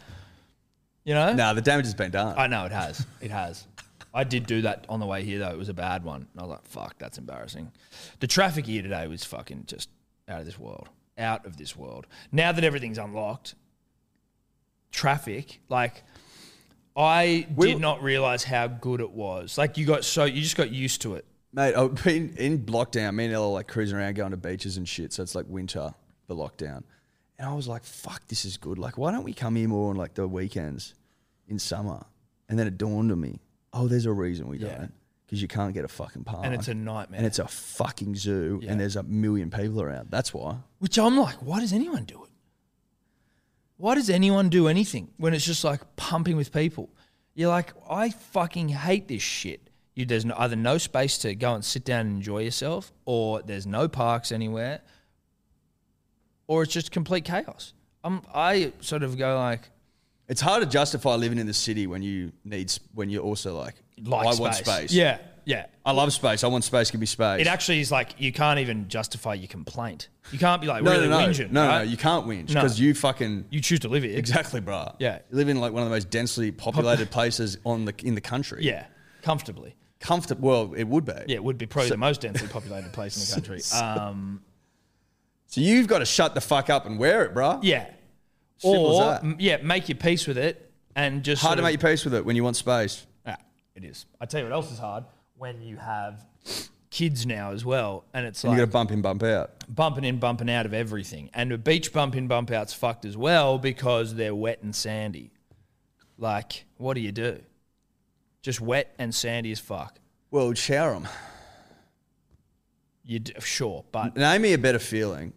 [SPEAKER 2] You know.
[SPEAKER 4] No, the damage has been done.
[SPEAKER 2] I know it has. It has. I did do that on the way here though. It was a bad one. And I was like, fuck, that's embarrassing. The traffic here today was fucking just out of this world. Out of this world. Now that everything's unlocked, traffic, like I did not realize how good it was. Like you got so you just got used to it.
[SPEAKER 4] Mate, I've been in lockdown. Me and Ella like cruising around, going to beaches and shit. So it's like winter, the lockdown. And I was like, fuck, this is good. Like, why don't we come here more on like the weekends in summer? And then it dawned on me, oh, there's a reason we
[SPEAKER 2] Yeah.
[SPEAKER 4] don't. Because you can't get a fucking park.
[SPEAKER 2] it's a nightmare.
[SPEAKER 4] And it's a fucking zoo. And there's a million people around. That's why.
[SPEAKER 2] Which I'm like, why does anyone do it? Why does anyone do anything when it's just like pumping with people? You're like, I fucking hate this shit. You, there's no, either no space to go and sit down and enjoy yourself, or there's no parks anywhere, or it's just complete chaos. i I sort of go like,
[SPEAKER 4] It's hard to justify living in the city when you need, s- when you're also like,
[SPEAKER 2] like
[SPEAKER 4] I want space.
[SPEAKER 2] Yeah, yeah.
[SPEAKER 4] I love space. I want space. Give me space.
[SPEAKER 2] It actually is like you can't even justify your complaint. You can't be like
[SPEAKER 4] no,
[SPEAKER 2] really
[SPEAKER 4] no, no,
[SPEAKER 2] whinging.
[SPEAKER 4] no, no,
[SPEAKER 2] right?
[SPEAKER 4] no. You can't whinge
[SPEAKER 2] No.
[SPEAKER 4] because you fucking
[SPEAKER 2] you choose to live here.
[SPEAKER 4] exactly, bruh.
[SPEAKER 2] Yeah.
[SPEAKER 4] you live in like one of the most densely populated places on the in the country.
[SPEAKER 2] Yeah, comfortably.
[SPEAKER 4] comfortable. Well, it would be.
[SPEAKER 2] Yeah, it would be probably the most densely populated place in the country. Um,
[SPEAKER 4] So you've got to shut the fuck up and wear it, bruh.
[SPEAKER 2] yeah.
[SPEAKER 4] Simple
[SPEAKER 2] Or,
[SPEAKER 4] as that.
[SPEAKER 2] m- yeah, make your peace with it and just.
[SPEAKER 4] Hard to
[SPEAKER 2] sort
[SPEAKER 4] make
[SPEAKER 2] of-
[SPEAKER 4] your peace with it when you want space.
[SPEAKER 2] Yeah, it is. I tell you what else is hard when you have kids now as well. And it's
[SPEAKER 4] You
[SPEAKER 2] like
[SPEAKER 4] got to bump in, bump out.
[SPEAKER 2] bumping in, bumping out of everything. And the beach bump in, bump out's fucked as well because they're wet and sandy. Like, what do you do? Just wet and sandy as fuck.
[SPEAKER 4] Well, shower them.
[SPEAKER 2] You d sure, but
[SPEAKER 4] Name me a better feeling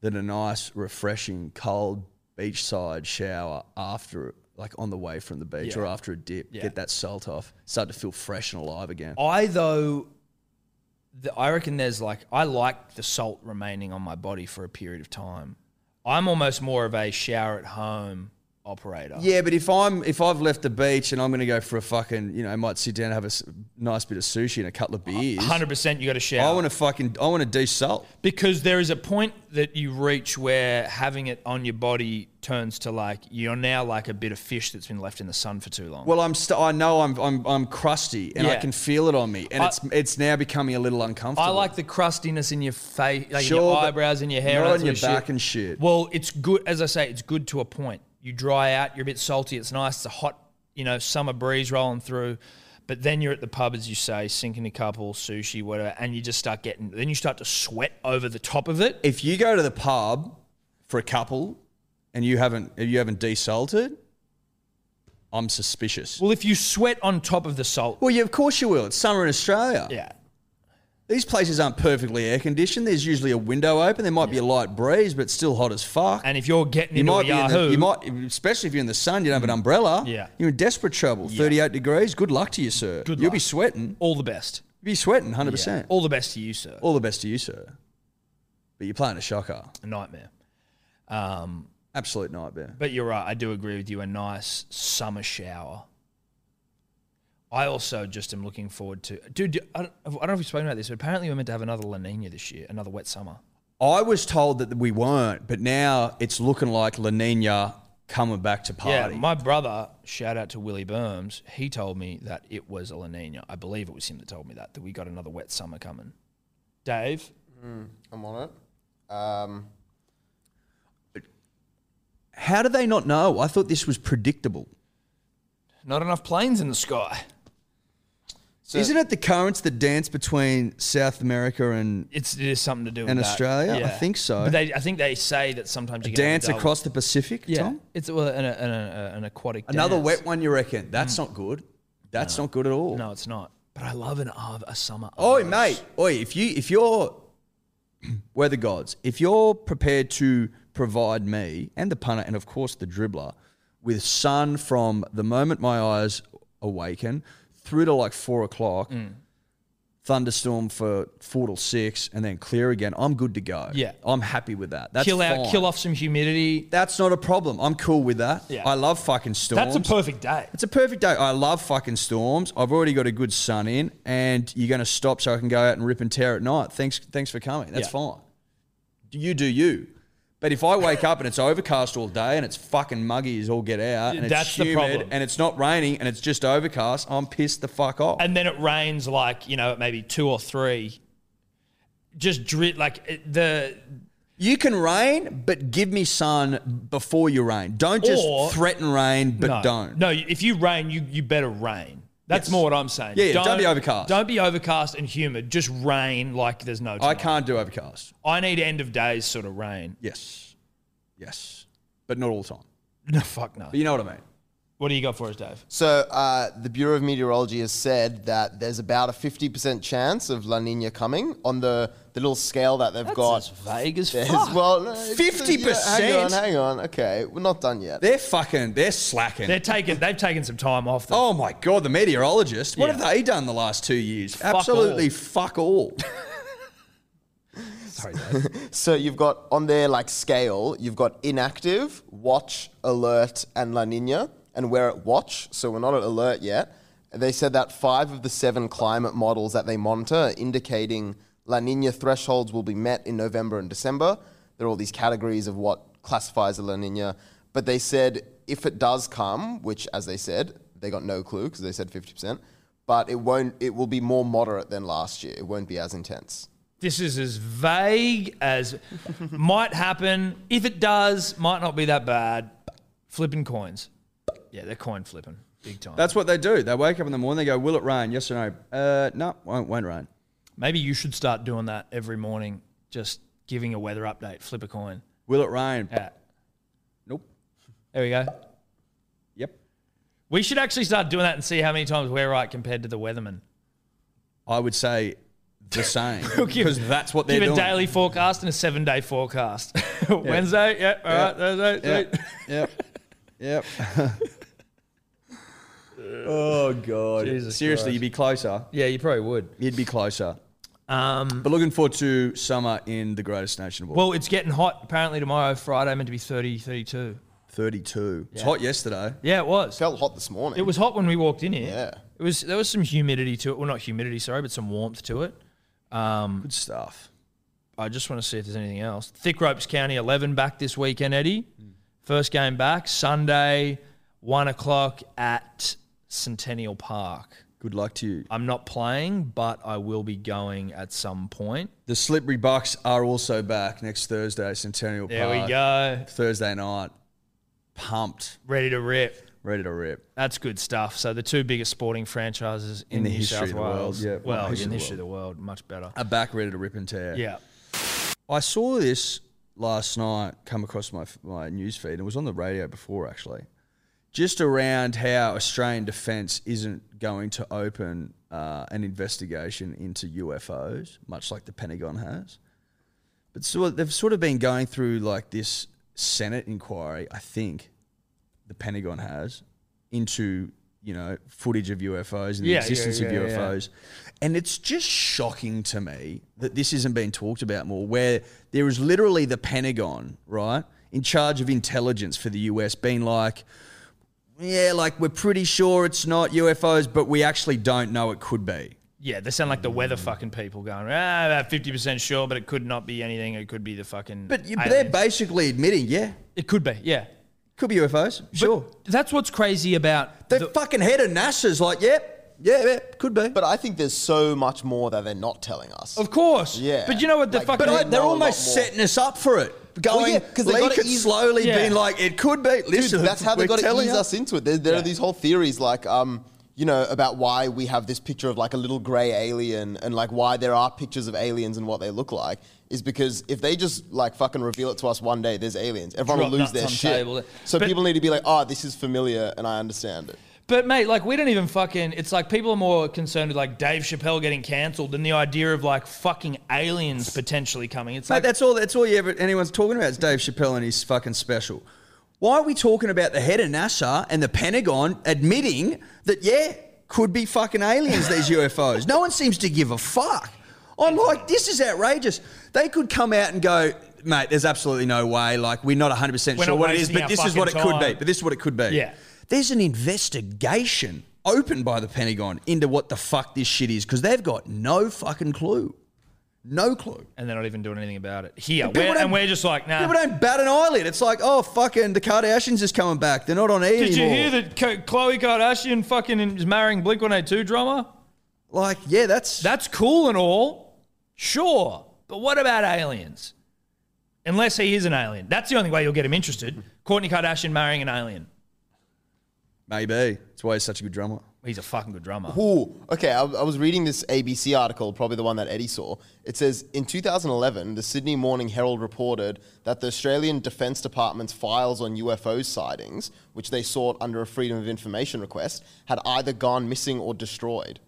[SPEAKER 4] than a nice, refreshing, cold beachside shower after, like on the way from the beach
[SPEAKER 2] Yeah.
[SPEAKER 4] or after a dip.
[SPEAKER 2] Yeah.
[SPEAKER 4] Get that salt off. Start to feel fresh and alive again.
[SPEAKER 2] I though, the, I reckon there's like I like the salt remaining on my body for a period of time. I'm almost more of a shower at home. operator.
[SPEAKER 4] Yeah, but if I'm if I've left the beach and I'm going to go for a fucking you know I might sit down and have a s- nice bit of sushi and a couple of beers.
[SPEAKER 2] hundred percent. You got to share.
[SPEAKER 4] I want to fucking I want to desalt.
[SPEAKER 2] because there is a point that you reach where having it on your body turns to like you're now like a bit of fish that's been left in the sun for too long.
[SPEAKER 4] Well, I'm st- I know I'm I'm I'm crusty and I
[SPEAKER 2] Yeah.
[SPEAKER 4] can feel it on me and
[SPEAKER 2] I-
[SPEAKER 4] it's it's now becoming a little uncomfortable.
[SPEAKER 2] I like the crustiness in your face, like in
[SPEAKER 4] Sure,
[SPEAKER 2] your
[SPEAKER 4] but
[SPEAKER 2] eyebrows, in your hair,
[SPEAKER 4] not
[SPEAKER 2] and
[SPEAKER 4] on your
[SPEAKER 2] that sort of
[SPEAKER 4] back and shit.
[SPEAKER 2] Well, it's good. As I say, it's good to a point. You dry out. You're a bit salty. It's nice. It's a hot, you know, summer breeze rolling through. But then you're at the pub, as you say, sinking a couple, sushi, whatever, and you just start getting. Then you start to sweat over the top of it.
[SPEAKER 4] if you go to the pub for a couple and you haven't if you haven't desalted, I'm suspicious.
[SPEAKER 2] Well, if you sweat on top of the salt,
[SPEAKER 4] Well, yeah, of course you will. It's summer in Australia.
[SPEAKER 2] yeah,
[SPEAKER 4] These places aren't perfectly air conditioned. There's usually a window open. There might be a light breeze, but it's still hot as fuck.
[SPEAKER 2] and if you're getting
[SPEAKER 4] you
[SPEAKER 2] into
[SPEAKER 4] might
[SPEAKER 2] a
[SPEAKER 4] be in
[SPEAKER 2] Yahoo,
[SPEAKER 4] the, you might especially if you're in the sun. You don't have an umbrella.
[SPEAKER 2] Yeah.
[SPEAKER 4] you're in desperate trouble. Thirty-eight degrees. Good luck to you, sir.
[SPEAKER 2] Good
[SPEAKER 4] You'll
[SPEAKER 2] luck.
[SPEAKER 4] be sweating.
[SPEAKER 2] all the best.
[SPEAKER 4] You'll be sweating, hundred
[SPEAKER 2] Yeah.
[SPEAKER 4] percent.
[SPEAKER 2] All the best to you, sir.
[SPEAKER 4] All the best to you, sir. But you're playing a shocker.
[SPEAKER 2] A nightmare. Um,
[SPEAKER 4] Absolute nightmare.
[SPEAKER 2] But you're right. I do agree with you. A nice summer shower. I also just am looking forward to. Dude, do- I don't, I don't know if we've spoken about this, but apparently we're meant to have another La Nina this year, another wet summer.
[SPEAKER 4] I was told that we weren't, but now it's looking like La Nina coming back to party.
[SPEAKER 2] Yeah, my brother, shout out to Willie Burns, he told me that it was a La Nina. I believe it was him that told me that, that we got another wet summer coming. Dave?
[SPEAKER 5] I'm on it. Um,
[SPEAKER 4] How do they not know? I thought this was predictable.
[SPEAKER 2] Not enough planes in the sky.
[SPEAKER 4] Isn't it the currents that dance between South America and
[SPEAKER 2] It's, it is something to do with
[SPEAKER 4] And
[SPEAKER 2] that.
[SPEAKER 4] Australia? I think so.
[SPEAKER 2] But they, I think they say that sometimes you can have a
[SPEAKER 4] dance
[SPEAKER 2] double-
[SPEAKER 4] across the Pacific,
[SPEAKER 2] Yeah,
[SPEAKER 4] Tom?
[SPEAKER 2] it's well, an, an, an, an aquatic
[SPEAKER 4] Another
[SPEAKER 2] dance.
[SPEAKER 4] wet one, you reckon? That's not good. That's not good at all.
[SPEAKER 2] Mm. No, it's not. But I love an Arv, a summer.
[SPEAKER 4] Oi,
[SPEAKER 2] Arvos.
[SPEAKER 4] mate. Oi, if you if you're we're the gods, if you're prepared to provide me and the punter and of course the dribbler with sun from the moment my eyes awaken through to like four o'clock,
[SPEAKER 2] Mm.
[SPEAKER 4] thunderstorm for four till six, and then clear again, I'm good to go.
[SPEAKER 2] Yeah.
[SPEAKER 4] I'm happy with that. That's
[SPEAKER 2] kill out,
[SPEAKER 4] fine.
[SPEAKER 2] kill off some humidity.
[SPEAKER 4] That's not a problem. I'm cool with that.
[SPEAKER 2] Yeah.
[SPEAKER 4] I love fucking storms.
[SPEAKER 2] That's a perfect day.
[SPEAKER 4] It's a perfect day. I love fucking storms. I've already got a good sun in, and you're going to stop so I can go out and rip and tear at night. Thanks, thanks for coming. That's
[SPEAKER 2] Yeah.
[SPEAKER 4] fine. Do You do you. But if I wake up and it's overcast all day and it's fucking muggy as all get out, and
[SPEAKER 2] That's
[SPEAKER 4] it's
[SPEAKER 2] the
[SPEAKER 4] humid
[SPEAKER 2] problem.
[SPEAKER 4] and it's not raining and it's just overcast, I'm pissed the fuck off.
[SPEAKER 2] And then it rains like you know at maybe two or three. Just drip like it, the
[SPEAKER 4] you can rain, but give me sun before you rain. Don't just
[SPEAKER 2] Or-
[SPEAKER 4] threaten rain, but
[SPEAKER 2] no,
[SPEAKER 4] don't.
[SPEAKER 2] no. If you rain, you you better rain. That's
[SPEAKER 4] Yes.
[SPEAKER 2] more what I'm saying.
[SPEAKER 4] Yeah, yeah, don't be overcast.
[SPEAKER 2] Don't be overcast and humid. Just rain like there's no. Tomorrow.
[SPEAKER 4] I can't do overcast.
[SPEAKER 2] I need end of days sort of rain.
[SPEAKER 4] Yes, yes, but not all the time.
[SPEAKER 2] No, fuck no.
[SPEAKER 4] But you know what I mean.
[SPEAKER 2] What do you got for us, Dave?
[SPEAKER 5] so uh, the Bureau of Meteorology has said that there's about a 50% chance of La Nina coming on the, the little scale that they've got.
[SPEAKER 2] as vague as
[SPEAKER 5] There's-
[SPEAKER 2] fuck.
[SPEAKER 5] Well, no, it's-
[SPEAKER 4] 50%?
[SPEAKER 5] Hang on, hang on. Okay, we're not done yet.
[SPEAKER 4] They're fucking. They're slacking.
[SPEAKER 2] They're taking they've taken some time off. The,
[SPEAKER 4] oh my god, the meteorologists. What
[SPEAKER 2] Yeah.
[SPEAKER 4] have they done the last two years? Absolutely fuck all. Sorry, Dave.
[SPEAKER 5] So you've got on their like scale, you've got inactive, watch, alert, and La Nina, and we're at watch, so we're not at alert yet. They said that five of the seven climate models that they monitor are indicating La Nina thresholds will be met in November and December. There are all these categories of what classifies a La Nina, but they said if it does come, which as they said they got no clue because they said fifty percent, but it won't. It will be more moderate than last year. It won't be as intense.
[SPEAKER 2] This is as vague as might happen. If it does, might not be that bad. Flipping coins. Yeah, they're coin flipping. Big time.
[SPEAKER 4] That's what they do. They wake up in the morning. They go, "Will it rain? Yes or no? Uh, no, won't, won't rain."
[SPEAKER 2] Maybe you should start doing that every morning, just giving a weather update, flip a coin.
[SPEAKER 4] Will it rain?
[SPEAKER 2] Yeah.
[SPEAKER 4] Nope.
[SPEAKER 2] There we go.
[SPEAKER 4] Yep.
[SPEAKER 2] We should actually start doing that and see how many times we're right compared to the weatherman.
[SPEAKER 4] I would say the same
[SPEAKER 2] give-
[SPEAKER 4] because that's what they're
[SPEAKER 2] Give a
[SPEAKER 4] doing.
[SPEAKER 2] daily forecast and a seven day forecast. Wednesday, yep, all right, Thursday, sweet.
[SPEAKER 4] Yep. yep. Yep. oh god.
[SPEAKER 2] Jesus
[SPEAKER 4] Seriously,
[SPEAKER 2] Christ.
[SPEAKER 4] you'd be closer.
[SPEAKER 2] Yeah, you probably would.
[SPEAKER 4] You'd be closer.
[SPEAKER 2] Um,
[SPEAKER 4] But looking forward to summer in the greatest nation of all.
[SPEAKER 2] Well, it's getting hot. Apparently tomorrow, Friday, meant to be 30, 32.
[SPEAKER 4] 32. It's hot yesterday.
[SPEAKER 2] Yeah, it was.
[SPEAKER 5] Felt hot this morning.
[SPEAKER 2] It was hot when we walked in here.
[SPEAKER 5] Yeah.
[SPEAKER 2] It was there was some humidity to it. Well, not humidity, sorry, but some warmth to it. Um,
[SPEAKER 4] Good stuff.
[SPEAKER 2] I just want to see if there's anything else. Thick Ropes County 11 back this weekend, Eddie. First game back Sunday, one o'clock at Centennial Park.
[SPEAKER 4] Good luck to you.
[SPEAKER 2] I'm not playing, but I will be going at some point.
[SPEAKER 4] The Slippery Bucks are also back next Thursday, Centennial
[SPEAKER 2] There
[SPEAKER 4] Park.
[SPEAKER 2] we go.
[SPEAKER 4] Thursday night. Pumped.
[SPEAKER 2] Ready to rip.
[SPEAKER 4] Ready to rip.
[SPEAKER 2] That's good stuff. So the two biggest sporting franchises in,
[SPEAKER 4] In the
[SPEAKER 2] New
[SPEAKER 4] history
[SPEAKER 2] South
[SPEAKER 4] of the world.
[SPEAKER 2] Wales,
[SPEAKER 4] Yeah,
[SPEAKER 2] well,
[SPEAKER 4] well,
[SPEAKER 2] in the history of the world, much better.
[SPEAKER 4] Are back ready to rip and tear.
[SPEAKER 2] Yeah,
[SPEAKER 4] I saw this last night come across my my news feed. It was on the radio before actually. Just around how Australian defence isn't going to open uh, an investigation into UFOs, much like the Pentagon has. But so they've sort of been going through like this Senate inquiry, I think, the Pentagon has into you know footage of UFOs and the
[SPEAKER 2] Yeah, yeah,
[SPEAKER 4] existence
[SPEAKER 2] yeah,
[SPEAKER 4] of
[SPEAKER 2] yeah.
[SPEAKER 4] UFOs, and it's just shocking to me that this isn't being talked about more. Where there is literally the Pentagon, right, in charge of intelligence for the US, being like. Yeah, like we're pretty sure it's not UFOs, but we actually don't know it could be.
[SPEAKER 2] yeah. They sound like the weather fucking people going. Ah, about fifty percent sure, but it could not be anything. It could be the fucking.
[SPEAKER 4] But, you, but they're
[SPEAKER 2] aliens."
[SPEAKER 4] basically admitting, yeah,
[SPEAKER 2] it could be. Yeah,
[SPEAKER 4] could be UFOs. Sure.
[SPEAKER 2] But that's what's crazy about
[SPEAKER 4] The,
[SPEAKER 2] the-
[SPEAKER 4] fucking head of NASA's like, yep, yeah, yeah, could be.
[SPEAKER 5] but I think there's so much more that they're not telling us.
[SPEAKER 2] Of course.
[SPEAKER 5] Yeah.
[SPEAKER 2] But you know what? The
[SPEAKER 5] Like,
[SPEAKER 2] fucking.
[SPEAKER 4] But I,
[SPEAKER 5] They
[SPEAKER 4] they're
[SPEAKER 5] know a lot
[SPEAKER 4] almost
[SPEAKER 5] more.
[SPEAKER 4] setting us up for it. Going,
[SPEAKER 5] yeah, 'cause they
[SPEAKER 4] leak
[SPEAKER 5] gotta
[SPEAKER 4] it
[SPEAKER 5] ease-
[SPEAKER 4] slowly,
[SPEAKER 2] Yeah.
[SPEAKER 4] being like, it could be.
[SPEAKER 5] Dude,
[SPEAKER 4] Listen,
[SPEAKER 5] that's how they
[SPEAKER 4] we're
[SPEAKER 5] got to
[SPEAKER 4] telling
[SPEAKER 5] ease
[SPEAKER 4] you.
[SPEAKER 5] us into it. There, there
[SPEAKER 2] Yeah.
[SPEAKER 5] are these whole theories, like um, you know, about why we have this picture of like a little grey alien, and like why there are pictures of aliens and what they look like, is because if they just like fucking reveal it to us one day, there's aliens. Everyone will
[SPEAKER 2] Drop
[SPEAKER 5] lose
[SPEAKER 2] nuts
[SPEAKER 5] their
[SPEAKER 2] on
[SPEAKER 5] shit.
[SPEAKER 2] table.
[SPEAKER 5] So
[SPEAKER 2] But-
[SPEAKER 5] people need to be like, oh, this is familiar, and I understand it.
[SPEAKER 2] But mate, like we don't even fucking. It's like people are more concerned with like Dave Chappelle getting cancelled than the idea of like fucking aliens potentially coming. It's
[SPEAKER 4] Mate,
[SPEAKER 2] like
[SPEAKER 4] that's all. That's all you ever anyone's talking about is Dave Chappelle and his fucking special. Why are we talking about the head of NASA and the Pentagon admitting that yeah, could be fucking aliens these UFOs? No one seems to give a fuck. I'm like, this is outrageous. They could come out and go, mate. There's absolutely no way. Like, we're not 100 percent
[SPEAKER 2] We're
[SPEAKER 4] sure
[SPEAKER 2] not
[SPEAKER 4] what it is,
[SPEAKER 2] wasting
[SPEAKER 4] but
[SPEAKER 2] our
[SPEAKER 4] this is what it
[SPEAKER 2] fucking
[SPEAKER 4] could be.
[SPEAKER 2] time.
[SPEAKER 4] But this is what it could be.
[SPEAKER 2] Yeah.
[SPEAKER 4] There's an investigation opened by the Pentagon into what the fuck this shit is because they've got no fucking clue. No clue.
[SPEAKER 2] and they're not even doing anything about it here.
[SPEAKER 4] People
[SPEAKER 2] We're,
[SPEAKER 4] don't-
[SPEAKER 2] and we're just like, nah.
[SPEAKER 4] People don't bat an eyelid. It's like, oh fucking, the Kardashians is coming back. They're not on E
[SPEAKER 2] Did you
[SPEAKER 4] anymore.
[SPEAKER 2] hear that Chloe Kardashian fucking is marrying Blink 182 drummer?
[SPEAKER 4] Like, yeah, that's
[SPEAKER 2] That's cool and all, sure. But what about aliens? Unless he is an alien, that's the only way you'll get him interested. Courtney Kardashian marrying an alien.
[SPEAKER 4] maybe. That's why he's such a good drummer.
[SPEAKER 2] He's a fucking good drummer.
[SPEAKER 5] Ooh, okay. I, I was reading this ABC article, probably the one that Eddie saw. It says in 2011, the Sydney Morning Herald reported that the Australian Defence Department's files on UFO sightings, which they sought under a Freedom of Information request, had either gone missing or destroyed.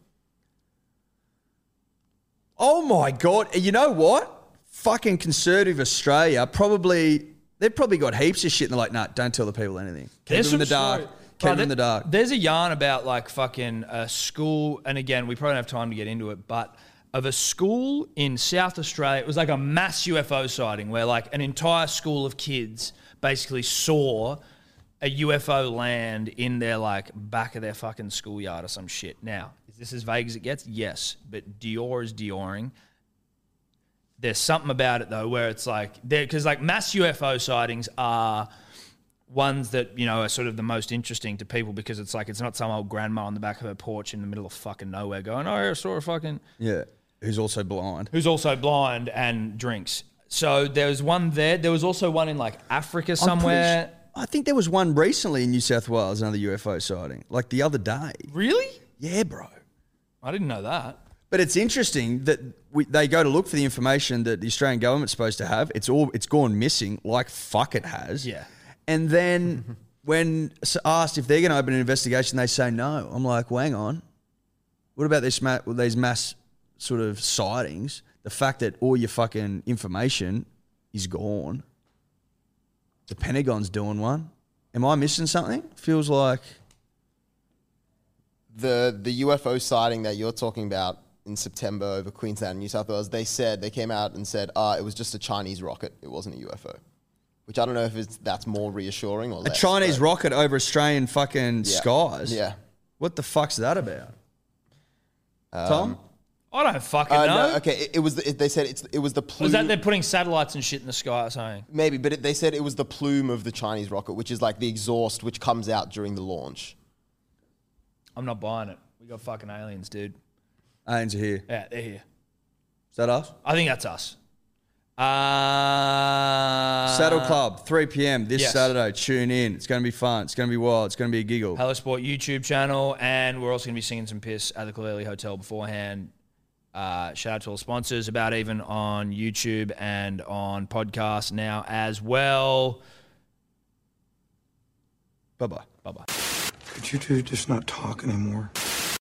[SPEAKER 4] Oh my god! You know what? Fucking conservative Australia probably they've probably got heaps of shit. And they're like, nah, don't tell the people anything. Keep them in the dark.
[SPEAKER 2] story-
[SPEAKER 4] Keep
[SPEAKER 2] Bro,
[SPEAKER 4] them in the
[SPEAKER 2] there-
[SPEAKER 4] dark.
[SPEAKER 2] There's a yarn about like fucking a school, and again, we probably don't have time to get into it, but of a school in South Australia, it was like a mass UFO sighting where like an entire school of kids basically saw a UFO land in their like back of their fucking schoolyard or some shit. Now, is this as vague as it gets? Yes, but Dior is Dioring there's something about it though where it's like there because like mass UFO sightings are ones that you know are sort of the most interesting to people because it's like it's not some old grandma on the back of her porch in the middle of fucking nowhere going oh I saw a fucking
[SPEAKER 4] yeah. Who's also blind?
[SPEAKER 2] who's also blind and drinks. So there was one there. There was also one in like Africa
[SPEAKER 4] I'm pretty
[SPEAKER 2] somewhere.
[SPEAKER 4] su- I think there was one recently in New South Wales, another UFO sighting, like the other day.
[SPEAKER 2] really?
[SPEAKER 4] Yeah, bro.
[SPEAKER 2] I didn't know that.
[SPEAKER 4] But it's interesting that we, they go to look for the information that the Australian government's supposed to have. It's all it's gone missing, like fuck it has.
[SPEAKER 2] Yeah.
[SPEAKER 4] And then when s- asked if they're going to open an investigation, they say no. I'm like, well, hang on. What about this ma- well, these mass sort of sightings? The fact that all your fucking information is gone. The Pentagon's doing one. Am I missing something? Feels like
[SPEAKER 5] the the UFO sighting that you're talking about in September over Queensland, New South Wales, they said they came out and said, ah, it was just a Chinese rocket. It wasn't a UFO. which I don't know if it's that's more reassuring or
[SPEAKER 4] A
[SPEAKER 5] less,
[SPEAKER 4] Chinese
[SPEAKER 5] but-
[SPEAKER 4] rocket over Australian fucking
[SPEAKER 5] Yeah.
[SPEAKER 4] skies.
[SPEAKER 5] Yeah.
[SPEAKER 4] What the fuck's that about? Tom?
[SPEAKER 2] I don't fucking
[SPEAKER 5] Uh,
[SPEAKER 2] know.
[SPEAKER 5] no, okay. It, it was the, it, they said it's it was the plume.
[SPEAKER 2] Was that they're putting satellites and shit in the sky or something?
[SPEAKER 5] maybe, but it, they said it was the plume of the Chinese rocket, which is like the exhaust which comes out during the launch.
[SPEAKER 2] I'm not buying it. We got fucking aliens, dude.
[SPEAKER 4] Aliens are here.
[SPEAKER 2] Yeah, they're here.
[SPEAKER 4] Is that us?
[SPEAKER 2] I think that's us. Uh,
[SPEAKER 4] Saddle Club, 3 p.m. this
[SPEAKER 2] yes.
[SPEAKER 4] Saturday. Tune in. It's going to be fun. It's going to be wild. It's going to be a giggle.
[SPEAKER 2] Hello Sport YouTube channel, and we're also going to be singing some piss at the Kaleli Hotel beforehand. Uh, shout out to all the sponsors, about even on YouTube and on podcast now as well.
[SPEAKER 4] Bye bye.
[SPEAKER 2] Bye bye.
[SPEAKER 6] Could you two just not talk anymore?